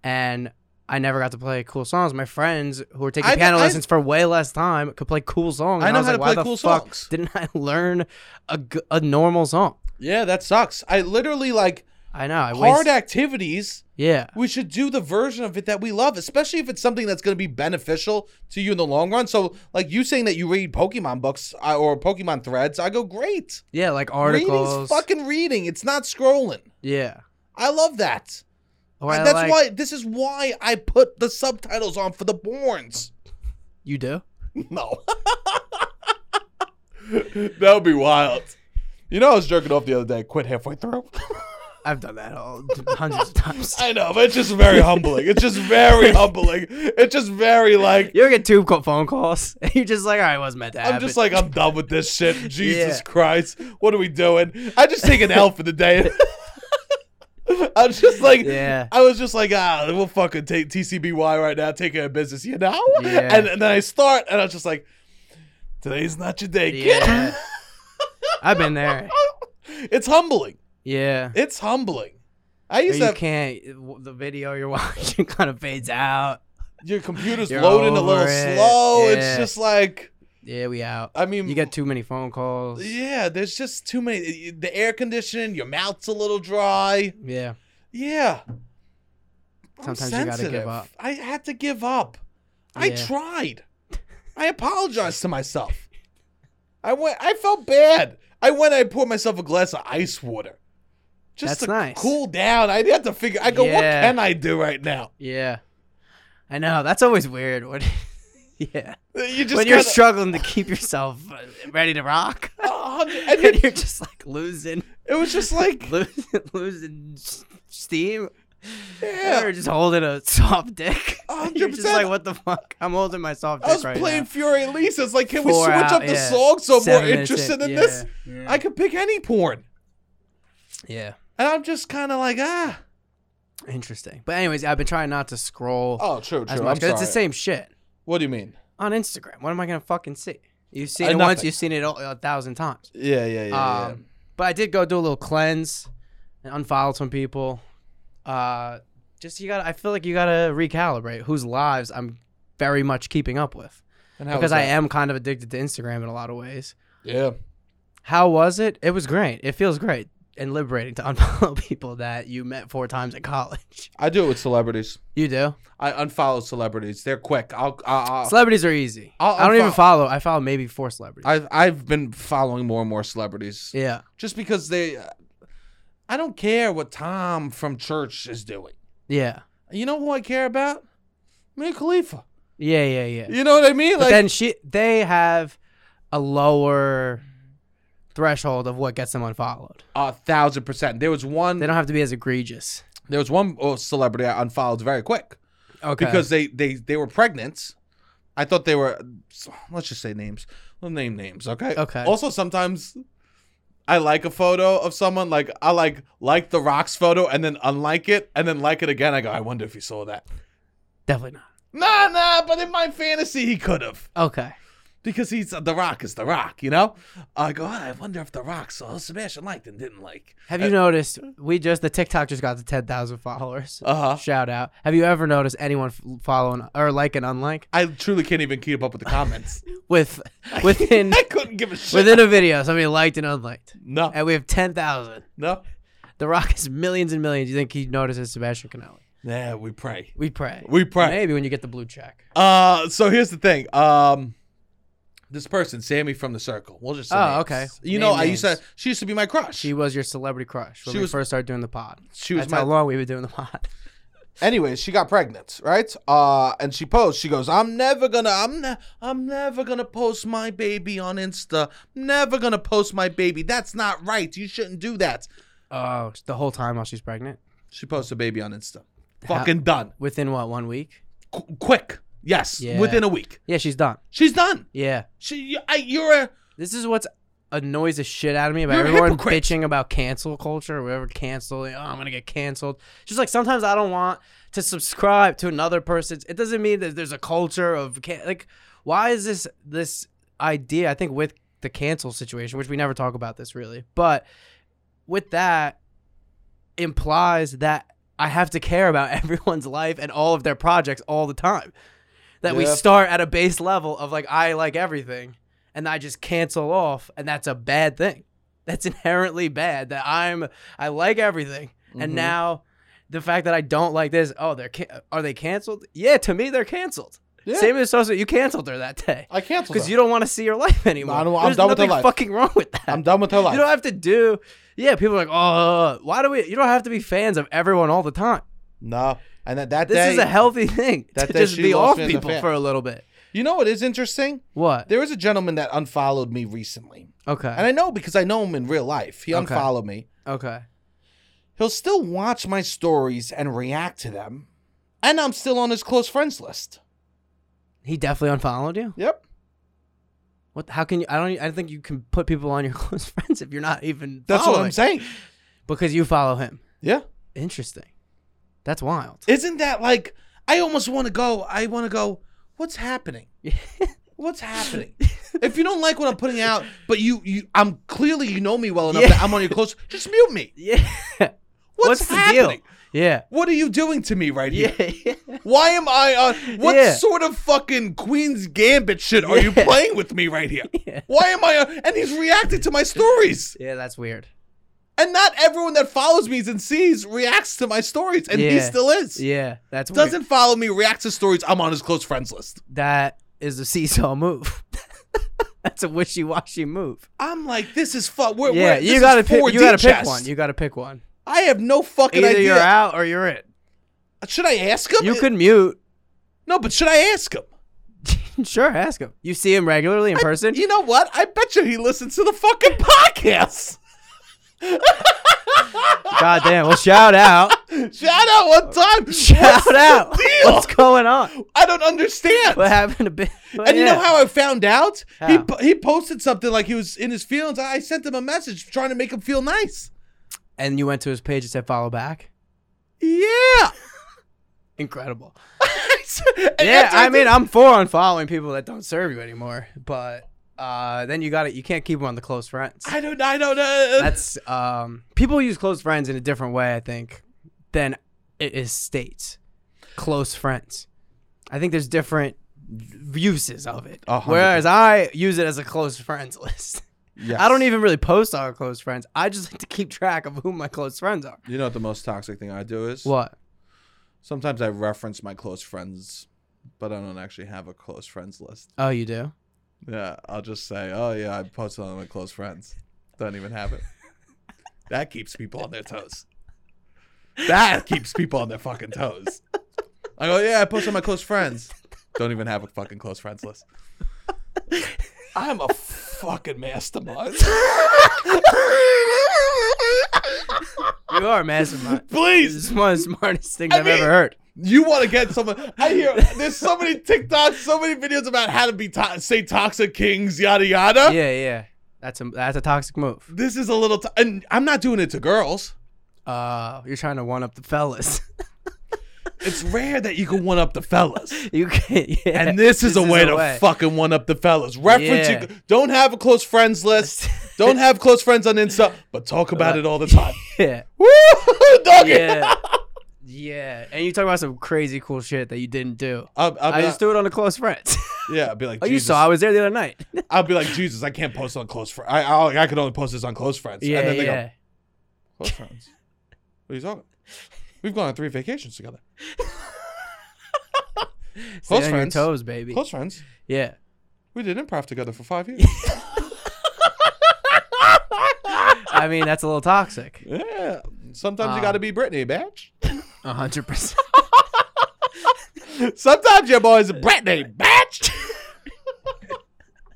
S2: and I never got to play cool songs. My friends who were taking
S1: I-
S2: piano
S1: I-
S2: lessons for way less time could play cool songs.
S1: I
S2: and
S1: know
S2: was
S1: how
S2: like,
S1: to
S2: why
S1: play
S2: the
S1: cool
S2: fuck
S1: songs.
S2: Didn't I learn a, g- a normal song?
S1: yeah, that sucks. I literally like
S2: I know. I
S1: hard
S2: waste,
S1: activities.
S2: Yeah.
S1: We should do the version of it that we love, especially if it's something that's going to be beneficial to you in the long run. So, like you saying that you read Pokemon books uh, or Pokemon threads, I go great.
S2: Yeah, like articles.
S1: Reading's fucking reading. It's not scrolling.
S2: yeah.
S1: I love that.
S2: Or
S1: And
S2: I
S1: that's
S2: like-
S1: why this is why I put the subtitles on for the borns.
S2: you do.
S1: No. that would be wild. You know, I was jerking off the other day. Quit halfway through.
S2: I've done that all hundreds of times.
S1: I know, but it's just very humbling. It's just very humbling. It's just very like
S2: You ever get two co- phone calls? And you're just like, all right, it wasn't meant to happen.
S1: I'm just like I'm done with this shit. Jesus
S2: Yeah.
S1: Christ, what are we doing? I just take an L for the day. I'm just like,
S2: Yeah.
S1: I was just like, ah, we'll fucking take TCBY right now, take care of business, you know?
S2: Yeah.
S1: And, and then I start, and I was just like, today's not your day, kid.
S2: yeah. I've been there.
S1: It's humbling.
S2: Yeah.
S1: It's humbling. I
S2: Or
S1: used to
S2: you
S1: have,
S2: can't. w- The video you're watching kind of fades out.
S1: your computer's
S2: You're
S1: loading a little
S2: over it.
S1: slow. It's
S2: Yeah.
S1: just like,
S2: Yeah, we out.
S1: I mean,
S2: You get too many phone calls.
S1: yeah, there's just too many. The air conditioning, your mouth's a little dry.
S2: Yeah.
S1: Yeah. I'm
S2: Sometimes you gotta
S1: sensitive.
S2: give up.
S1: I had to give up. I
S2: Yeah.
S1: tried. I apologized to myself. I went. I felt bad. I went. I poured myself a glass of ice water, just
S2: That's
S1: to
S2: nice.
S1: cool down. I had to figure. I go. What
S2: Yeah.
S1: can I do right now?
S2: Yeah. I know. That's always weird. When, yeah.
S1: You just
S2: When you're
S1: kinda-
S2: struggling to keep yourself uh, ready to rock.
S1: a hundred- and
S2: and
S1: it,
S2: you're just like losing,
S1: it was just like
S2: losing, losing s- steam.
S1: Yeah.
S2: Or just holding a soft dick. You're just
S1: 100%.
S2: like, what the fuck? I'm holding my soft dick
S1: I was
S2: right
S1: playing
S2: now.
S1: Fury Elise. It's like, can we
S2: Four
S1: switch
S2: out-
S1: up the
S2: yeah.
S1: song so I'm more
S2: Seven minutes
S1: interested in
S2: in,
S1: this?
S2: yeah,
S1: I could pick any porn,
S2: Yeah.
S1: and I'm just kind of like, ah.
S2: Interesting. But anyways, I've been trying not to scroll
S1: Oh, true,
S2: as
S1: true. I'm
S2: much
S1: sorry.
S2: because it's the same shit
S1: What do you mean?
S2: on Instagram. What am I gonna fucking see? You've seen
S1: Uh,
S2: it once.
S1: nothing.
S2: You've seen it all, a thousand times.
S1: Yeah, yeah, yeah.
S2: Um, but I did go do a little cleanse and unfollow some people. Uh, just you got. to I feel like you gotta recalibrate whose lives I'm very much keeping up with
S1: And how
S2: because
S1: was
S2: I
S1: that?
S2: am kind of addicted to Instagram in a lot of ways.
S1: Yeah.
S2: How was it? It was great. It feels great and liberating to unfollow people that you met four times at college.
S1: I do it with celebrities.
S2: You do.
S1: I unfollow celebrities. They're quick. I'll. I'll, I'll
S2: Celebrities are easy.
S1: Oh. I'll
S2: I do not even
S1: unfollow-
S2: follow. I follow maybe four celebrities.
S1: I've I've been following more and more celebrities
S2: yeah.
S1: just because they. I don't care what Tom from church is doing.
S2: Yeah.
S1: You know who I care about? Mia Khalifa.
S2: Yeah. Yeah. Yeah.
S1: You know what I mean?
S2: But
S1: Like
S2: then she, they have a lower threshold of what gets them unfollowed.
S1: a thousand percent. There was one.
S2: They don't have to be as egregious.
S1: There was one oh, celebrity I unfollowed very quick
S2: Okay.
S1: because they they they were pregnant. I thought they were. Let's just say names. We'll name names, okay?
S2: Okay.
S1: Also, sometimes I like a photo of someone. Like I like like the Rock's photo and then unlike it and then like it again. I go. I wonder if he saw that.
S2: definitely not.
S1: Nah, nah. But in my fantasy, he could have
S2: Okay.
S1: because he's uh, the Rock is the Rock. You know. I go. "Oh, I wonder if the Rock saw Sebastian liked and didn't like.
S2: Have you noticed? We just the TikTok just got to ten thousand followers.
S1: Uh huh.
S2: Shout out. Have you ever noticed anyone f- following or like and unlike
S1: I truly can't even keep up with the comments.
S2: with within
S1: I couldn't give a shit.
S2: within a video somebody liked and unliked,
S1: no,
S2: and we have ten thousand.
S1: no.
S2: The Rock is millions and millions. You think he notices Sebastian Canelli?
S1: Yeah, we pray.
S2: We pray.
S1: We pray.
S2: Maybe when you get the blue check.
S1: Uh, so here's the thing. Um, this person, Sammy from the Circle. We'll just. Say
S2: Oh,
S1: names.
S2: okay.
S1: You
S2: Name
S1: know, I used to.
S2: names.
S1: She used to be my crush.
S2: She
S1: She,
S2: was your celebrity crush when
S1: She
S2: we
S1: was-
S2: first started doing the pod.
S1: she was
S2: That's
S1: my.
S2: how long we've been doing the pod.
S1: Anyway, she got pregnant, right? Uh, and she posed. She goes, "I'm never gonna. I'm. Ne- I'm never gonna post my baby on Insta. Never gonna post my baby. That's not right. You shouldn't do that."
S2: Oh, the whole time while she's pregnant.
S1: She posts a baby on Insta.
S2: How-
S1: Fucking done.
S2: Within what one week?
S1: Qu- quick. Yes.
S2: Yeah.
S1: Within a week.
S2: Yeah, she's done.
S1: She's done.
S2: Yeah,
S1: She. I, you're a.
S2: this is what's annoys the shit out of me about
S1: You're a
S2: everyone
S1: hypocrite.
S2: bitching about cancel culture or whatever. Cancel. like, Oh, I'm gonna get canceled. She's like, sometimes I don't want to subscribe to another person's. It doesn't mean that there's a culture of can- like. Why is this this idea? I think with the cancel situation, which we never talk about this really, but with that implies that I have to care about everyone's life and all of their projects all the time. That we
S1: Yeah.
S2: start at a base level of like I like everything and I just cancel off and that's a bad thing. That's inherently bad that I'm I like everything and
S1: Mhm.
S2: now the fact that I don't like this, oh, they're ca- are they canceled? Yeah, to me they're canceled.
S1: Yeah.
S2: Same as social, you canceled her that day
S1: I canceled.
S2: because you don't want to see your life anymore.
S1: I don't- I'm
S2: There's
S1: done with her
S2: nothing
S1: life.
S2: fucking wrong with that.
S1: I'm done with her life.
S2: You don't have to do. Yeah, people are like, oh, why do we? You don't have to be fans of everyone all the time.
S1: No. And that, that
S2: This
S1: day,
S2: is a healthy thing
S1: that
S2: to
S1: day
S2: just
S1: she
S2: be
S1: lost
S2: off
S1: me as a
S2: people
S1: fan.
S2: for a little bit.
S1: you know what is interesting?
S2: What?
S1: There was a gentleman that unfollowed me recently. And
S2: okay.
S1: I know because I know him in real life. He
S2: Uh-huh. Okay.
S1: unfollowed me.
S2: Okay.
S1: He'll still watch my stories and react to them. And I'm still on his close friends list.
S2: He definitely unfollowed you.
S1: Yep.
S2: What? How can you? I don't. I don't think you can put people on your close friends if you're not even.
S1: That's what I'm
S2: following,
S1: saying.
S2: Because you follow him.
S1: Yeah.
S2: Interesting. That's wild.
S1: Isn't that like I almost want to go, I want to go, what's happening? What's happening? if you don't like what I'm putting out, but you you I'm clearly you know me well enough
S2: Yeah.
S1: that I'm on your close, just mute me.
S2: Yeah.
S1: What's,
S2: the
S1: happening?
S2: deal? Yeah.
S1: What are you doing to me right here?
S2: Yeah.
S1: Why am I on? What
S2: Yeah.
S1: sort of fucking Queen's Gambit shit are you
S2: Yeah.
S1: playing with me right here?
S2: Yeah.
S1: Why am I on? And he's reacting to my stories.
S2: yeah, that's weird.
S1: And not everyone that follows me and sees reacts to my stories. And he
S2: Yeah.
S1: still is.
S2: Yeah, that's weird.
S1: Doesn't follow me, reacts to stories. I'm on his close friends list.
S2: That is a seesaw move. that's a wishy-washy move.
S1: I'm like, this is fuck. We're,
S2: yeah,
S1: we're,
S2: you
S1: this
S2: gotta
S1: is
S2: pick.
S1: 4D
S2: You gotta pick
S1: chess.
S2: one. You gotta pick one.
S1: I have no fucking
S2: Either
S1: idea.
S2: you're out or you're in.
S1: Should I ask him?
S2: You could mute.
S1: No, but should I ask him?
S2: sure, ask him. You see him regularly in person.
S1: You know what? I bet you he listens to the fucking podcast.
S2: God damn. Well, shout out.
S1: Shout out one time.
S2: Shout out.
S1: deal?
S2: What's going on?
S1: I don't understand.
S2: What happened to Ben?
S1: and you know how I found out? He
S2: How?
S1: po- he posted something like he was in his feelings. I I sent him a message trying to make him feel nice.
S2: And you went to his page and said follow back.
S1: Yeah.
S2: Incredible.
S1: And
S2: yeah,
S1: after
S2: I mean,
S1: did-
S2: I'm for on following people that don't serve you anymore, but uh, then you got to You can't keep them on the close friends.
S1: I don't. I don't uh, know.
S2: That's um, people use close friends in a different way, I think, than it is states. Close friends, I think there's different uses of it.
S1: A hundred
S2: Whereas I use it as a close friends list. I don't even really post our close friends. I just like to keep track of who my close friends are.
S1: You know what the most toxic thing I do is?
S2: What?
S1: Sometimes I reference my close friends, but I don't actually have a close friends list.
S2: Oh, you do?
S1: Yeah, I'll just say, oh yeah, I posted on my close friends. Don't even have it. That keeps people on their toes. That keeps people on their fucking toes. I go, yeah, I posted on my close friends. Don't even have a fucking close friends list. I'm a fucking mastermind.
S2: You are a mastermind.
S1: Please
S2: this is one of the smartest things I have
S1: mean-
S2: ever heard.
S1: You want to get someone? I hear there's so many TikToks, so many videos about how to be to- say toxic kings, yada yada.
S2: Yeah, yeah. That's a that's a toxic move.
S1: This is a little, to- and I'm not doing it to girls.
S2: Uh, you're trying to one up the fellas.
S1: It's rare that you can one up the fellas,
S2: you can't. Yeah.
S1: and this is a way to fucking one up the fellas. Reference
S2: Yeah.
S1: you don't have a close friends list, don't have close friends on Insta, but talk about it all the time.
S2: Yeah.
S1: Woo, doggy.
S2: Yeah. yeah. And you talk about some crazy cool shit that you didn't do.
S1: I'll, I'll be
S2: I
S1: like-
S2: just threw it on a close friend.
S1: yeah, I'll be like,
S2: oh, you
S1: Jesus.
S2: saw I was there the other night.
S1: I'll be like, Jesus, I can't post on close friends. I, I I could only post this on close friends.
S2: yeah,
S1: and then they go,
S2: yeah.
S1: Close friends. What are you talking? We've gone on three vacations together.
S2: Stay
S1: close
S2: on
S1: friends.
S2: your toes, baby.
S1: Close friends.
S2: Yeah.
S1: We did improv together for five years.
S2: I mean, that's a little toxic.
S1: yeah. Sometimes you
S2: Um,
S1: got to be Brittany, bitch.
S2: A hundred percent.
S1: Sometimes your boy's Brittany, bitch.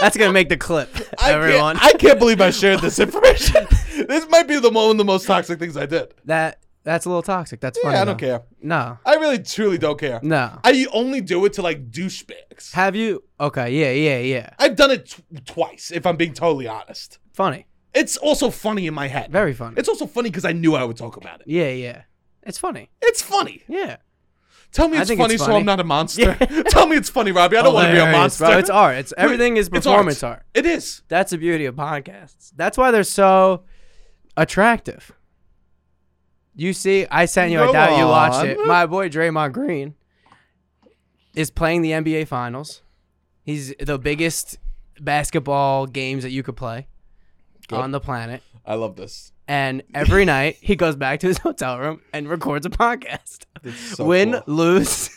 S2: That's gonna make the clip,
S1: I
S2: everyone.
S1: Can't, I can't believe I shared this information. this might be the mo- one of the most toxic things I did.
S2: that that's a little toxic. That's funny.
S1: Yeah, I don't
S2: though.
S1: care.
S2: No,
S1: I really, truly don't care.
S2: no.
S1: I only do it to like douchebags.
S2: Have you? Okay. Yeah, yeah, yeah.
S1: I've done it tw- twice, if I'm being totally honest.
S2: Funny.
S1: It's also funny in my head.
S2: Very funny.
S1: It's also funny because I knew I would talk about it.
S2: yeah, yeah. It's funny.
S1: It's funny.
S2: Yeah.
S1: Tell me
S2: I
S1: it's
S2: think
S1: funny,
S2: it's
S1: so
S2: funny.
S1: I'm not a monster. Tell me it's funny, Robbie. I don't want to be a
S2: Hilarious,
S1: monster.
S2: bro. It's art. It's everything is
S1: It's art.
S2: performance art.
S1: It is.
S2: That's the beauty of podcasts. That's why they're so attractive. You see, I sent you. I
S1: Go
S2: doubt you watched it.
S1: on.
S2: My boy Draymond Green is playing the NBA Finals. He's the biggest basketball games that you could play on the planet.
S1: I love this.
S2: And every night he goes back to his hotel room and records a podcast.
S1: so
S2: Win,
S1: cool.
S2: lose,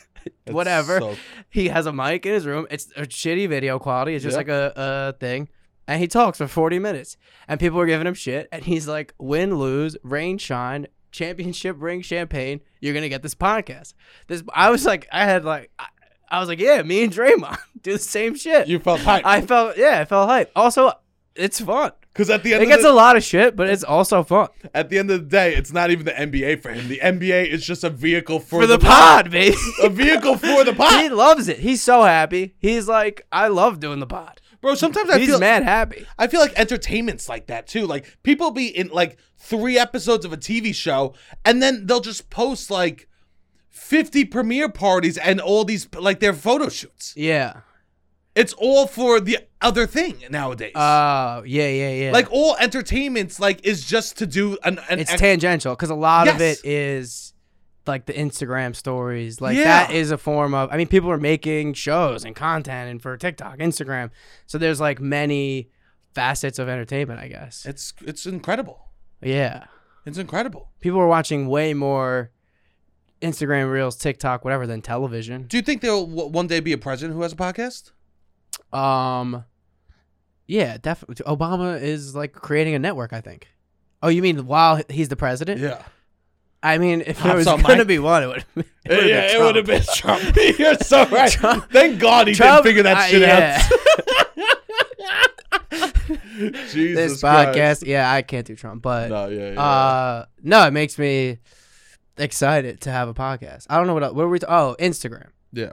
S2: whatever.
S1: so-
S2: He has a mic in his room. It's a shitty video quality. It's just
S1: Yeah.
S2: like a, a thing. And he talks for 40 minutes. And people are giving him shit. And he's like, win, lose, rain, shine, championship ring, champagne. You're going to get this podcast. This I was like, I had like, I, I was like, yeah, me and Draymond do the same shit.
S1: You felt hype
S2: I felt, yeah, I felt hype. Also, it's fun.
S1: because at the end
S2: It
S1: of
S2: gets
S1: the,
S2: a lot of shit, but it's also fun.
S1: at the end of the day, it's not even the NBA for him. The NBA is just a vehicle for,
S2: For the pod, baby.
S1: a vehicle for the
S2: he
S1: pot,
S2: loves it. He's so happy. He's like, I love doing the pod.
S1: bro. Sometimes I
S2: He's
S1: feel
S2: mad happy.
S1: I feel like entertainment's like that too. Like people be in like three episodes of a TV show, and then they'll just post like fifty premiere parties and all these like their photo shoots.
S2: Yeah.
S1: It's all for the other thing nowadays.
S2: Oh, yeah, yeah, yeah.
S1: like all entertainments, like is just to do an, an
S2: it's
S1: ex-
S2: tangential because a lot of
S1: Yes.
S2: it is like the Instagram stories. Like
S1: Yeah.
S2: that is a form of. I mean, people are making shows and content and for TikTok, Instagram. So there's like many facets of entertainment, I guess.
S1: it's it's incredible.
S2: yeah,
S1: It's incredible.
S2: people are watching way more Instagram reels, TikTok, whatever, than television.
S1: Do you think there'll w- one day be a president who has a podcast?
S2: Um, yeah, definitely. Obama is like creating a network. I think. Oh, you mean while he's the president?
S1: Yeah.
S2: I mean, if there
S1: I'm
S2: was
S1: so
S2: going to
S1: Mike.
S2: be one, it would.
S1: yeah, it would have been Trump. You're so right.
S2: Trump-
S1: Thank God he
S2: Trump-
S1: didn't figure that
S2: uh,
S1: shit
S2: yeah.
S1: out. Jesus
S2: this
S1: Christ.
S2: podcast. Yeah, I can't do Trump, but
S1: No, yeah, yeah.
S2: uh, no, it makes me excited to have a podcast. I don't know what el- what were we? T- oh, Instagram.
S1: Yeah.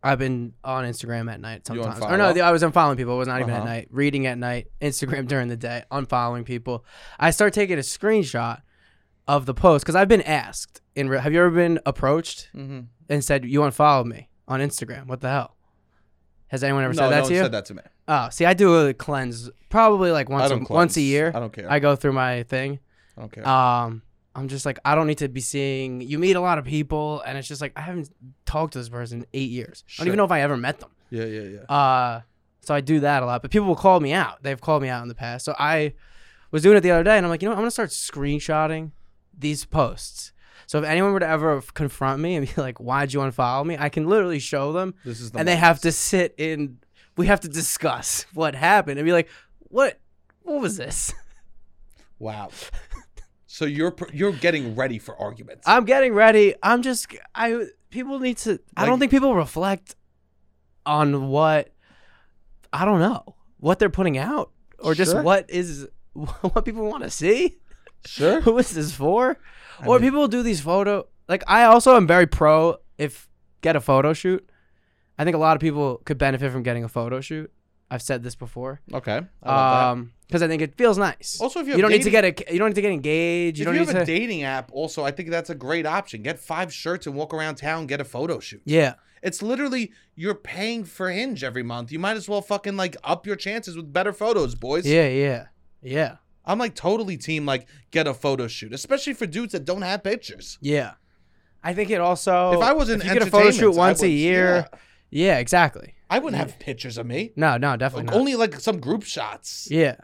S2: I've been on Instagram at night
S1: You
S2: sometimes. Or
S1: unfollow?
S2: no, the- I was unfollowing people. It was not even at
S1: Uh-huh.
S2: night. Reading at night, Instagram during the day, unfollowing people. I start taking a screenshot of the post because I've been asked. In re- have you ever been approached
S1: Mhm.
S2: and said you unfollowed me on Instagram? What the hell? Has anyone ever
S1: no,
S2: said that
S1: no
S2: to
S1: one
S2: you?
S1: said that to me.
S2: Oh, see, I do a cleanse probably like
S1: I
S2: once a,
S1: don't
S2: once a
S1: cleanse.
S2: year.
S1: I don't care.
S2: I go through my thing.
S1: I don't care.
S2: Um, I'm just like I don't need to be seeing. You meet a lot of people, and it's just like I haven't talked to this person in eight years. I don't
S1: Sure.
S2: even know if I ever met them.
S1: yeah, yeah, yeah.
S2: Uh, so I do that a lot. But people will call me out. They've called me out in the past. So I was doing it the other day, and I'm like, you know, what? I'm gonna start screenshotting these posts. So if anyone were to ever confront me and be like, "Why'd you unfollow me?" I can literally show them
S1: This is the
S2: and they have to sit in we have to discuss what happened and be like what what was this
S1: Wow. So you're pr- you're getting ready for arguments.
S2: i'm getting ready i'm just i people need to i don't
S1: Like-
S2: think people reflect on what i don't know what they're putting out or just
S1: Sure.
S2: what is what people want to see
S1: sure.
S2: who is this for
S1: I
S2: or
S1: mean-
S2: people do these photo like i also am very pro if get a photo shoot i think a lot of people could benefit from getting a photo shoot i've said this before
S1: Okay. I love that.
S2: Um, because I think it feels nice.
S1: also, if you,
S2: you
S1: have
S2: don't need to
S1: dating-
S2: get a, you don't need to get engaged. You
S1: if
S2: don't
S1: you
S2: need
S1: have a
S2: to.
S1: dating app, also, I think that's a great option. Get five shirts and walk around town, get a photo shoot.
S2: yeah,
S1: It's literally you're paying for Hinge every month. You might as well fucking like up your chances with better photos, boys.
S2: yeah, yeah, yeah,
S1: I'm like totally team like get a photo shoot, especially for dudes that don't have pictures.
S2: yeah. I think it also.
S1: if I was in
S2: Oh, if you get a photo shoot
S1: entertainment, I
S2: once a
S1: would-
S2: year,
S1: yeah,
S2: yeah, exactly.
S1: I wouldn't have pictures of me.
S2: No, no, definitely not.
S1: Only like some group shots.
S2: yeah,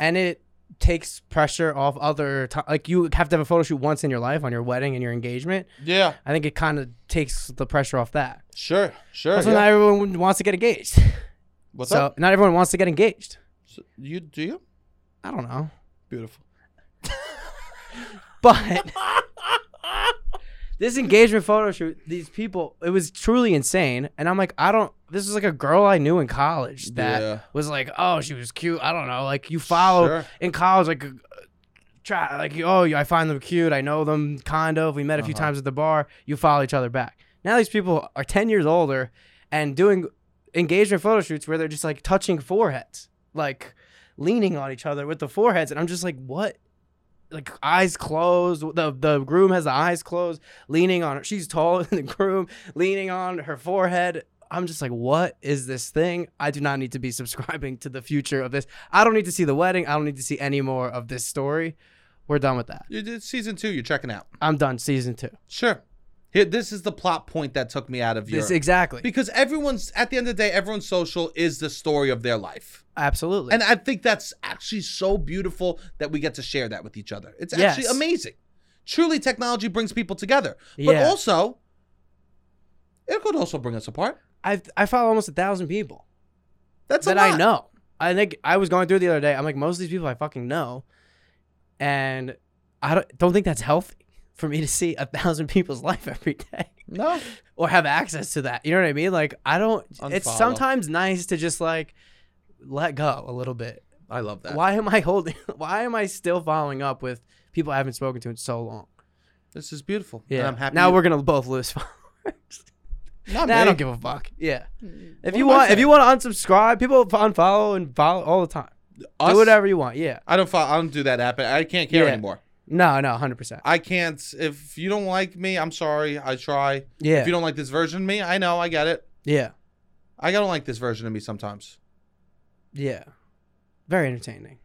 S2: and it takes pressure off other time. Like you have to have a photo shoot once in your life on your wedding and your engagement.
S1: Yeah,
S2: I think it kind of takes the pressure off that.
S1: sure, sure.
S2: Also,
S1: yeah.
S2: not everyone wants to get engaged.
S1: What's
S2: so
S1: up?
S2: not everyone wants to get engaged.
S1: So you do you?
S2: I don't know.
S1: Beautiful.
S2: But this engagement photo shoot, these people, it was truly insane. And I'm like, I don't. This is like a girl I knew in college that
S1: Yeah.
S2: was like, oh, she was cute. I don't know. Like you follow
S1: Sure.
S2: in college, like. uh, Try like oh I find them cute I know them kind of we met a few
S1: Uh-huh.
S2: times at the bar you follow each other back now these people are ten years older and doing engagement photo shoots where they're just like touching foreheads like leaning on each other with the foreheads and I'm just like what like eyes closed. The the groom has the eyes closed, leaning on her. She's taller than the groom, leaning on her forehead. I'm just like, what is this thing? I do not need to be subscribing to the future of this. I don't need to see the wedding. I don't need to see any more of this story. We're done with that.
S1: You did season two. You're checking out.
S2: I'm done. Season two.
S1: Sure. Here, this is the plot point that took me out of your.
S2: This exactly.
S1: because everyone's at the end of the day, everyone's social is the story of their life,
S2: Absolutely.
S1: and uh, I think that's actually so beautiful that we get to share that with each other. It's actually
S2: Yes.
S1: amazing. Truly, technology brings people together, but
S2: Yeah.
S1: also it could also bring us apart.
S2: I I follow almost a thousand people
S1: That's a
S2: that I
S1: lot.
S2: know. I think I was going through the other day. I'm like, most of these people I fucking know, and I don't don't think that's healthy for me to see a thousand people's life every day.
S1: No,
S2: or have access to that. You know what I mean? Like I don't. It's
S1: Unfollow.
S2: sometimes nice to just like let go a little bit.
S1: I love that.
S2: Uh, Why am I holding? Why am I still following up with people I haven't spoken to in so long?
S1: This is beautiful.
S2: Yeah.
S1: and I'm happy.
S2: Now
S1: you-
S2: we're gonna both lose. followers.
S1: Not
S2: nah, I
S1: me.
S2: don't give a fuck. Yeah. If
S1: What
S2: you
S1: am I
S2: want, if
S1: saying?
S2: you want to unsubscribe, people unfollow and follow all the time.
S1: Us?
S2: Do whatever you want. Yeah.
S1: I don't. Follow, I don't do that app. I can't care
S2: Yeah.
S1: anymore.
S2: No, no, hundred percent.
S1: I can't. If you don't like me, I'm sorry. I try. If
S2: Yeah.
S1: you don't like this version of me, I know. I get it.
S2: Yeah.
S1: I don't like this version of me sometimes.
S2: Yeah. Very entertaining.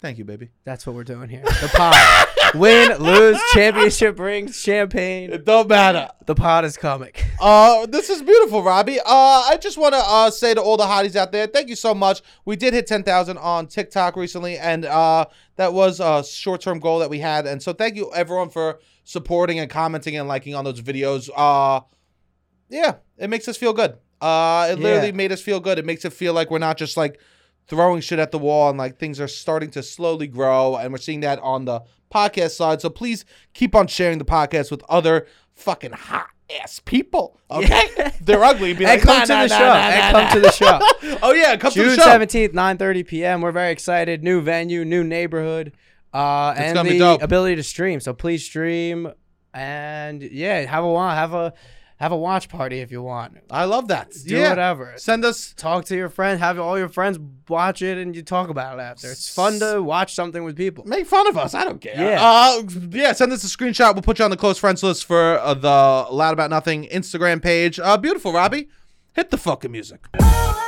S1: Thank you, baby.
S2: That's what we're doing here. The pod. Win, lose, championship rings, champagne.
S1: It don't matter.
S2: The pod is comic.
S1: Uh, this is beautiful, Robbie. Uh, I just want to uh, say to all the hotties out there, thank you so much. We did hit 10,000 on TikTok recently, and uh, that was a short term goal that we had. And so thank you, everyone, for supporting and commenting and liking on those videos. Uh, yeah, it makes us feel good. Uh, it literally
S2: Yeah.
S1: made us feel good. It makes it feel like we're not just like throwing shit at the wall and like things are starting to slowly grow. And we're seeing that on the podcast side. So please keep on sharing the podcast with other fucking hot ass people. Okay? They're ugly. Be
S2: And
S1: like,
S2: come
S1: "Nah,
S2: to
S1: nah,
S2: the
S1: nah,
S2: show.
S1: nah,
S2: And
S1: nah,
S2: come to the show.
S1: nah." Oh, yeah. Come to
S2: June
S1: the show.
S2: seventeenth, nine thirty p.m. We're very excited. New venue, new neighborhood, uh, and
S1: gonna be
S2: the
S1: dope.
S2: ability to stream. So please stream, and yeah, have a wa- have a have a watch party if you want.
S1: I love that.
S2: Do
S1: yeah.
S2: whatever.
S1: Send us.
S2: Talk to your friend. Have all your friends watch it, and you talk about it after. It's fun to watch something with people.
S1: Make fun of us. I don't care.
S2: Yeah.
S1: Uh, yeah. Send us a screenshot. We'll put you on the close friends list for uh, the Loud About Nothing Instagram page. Uh, beautiful, Robbie. Hit the fucking music.
S3: Oh,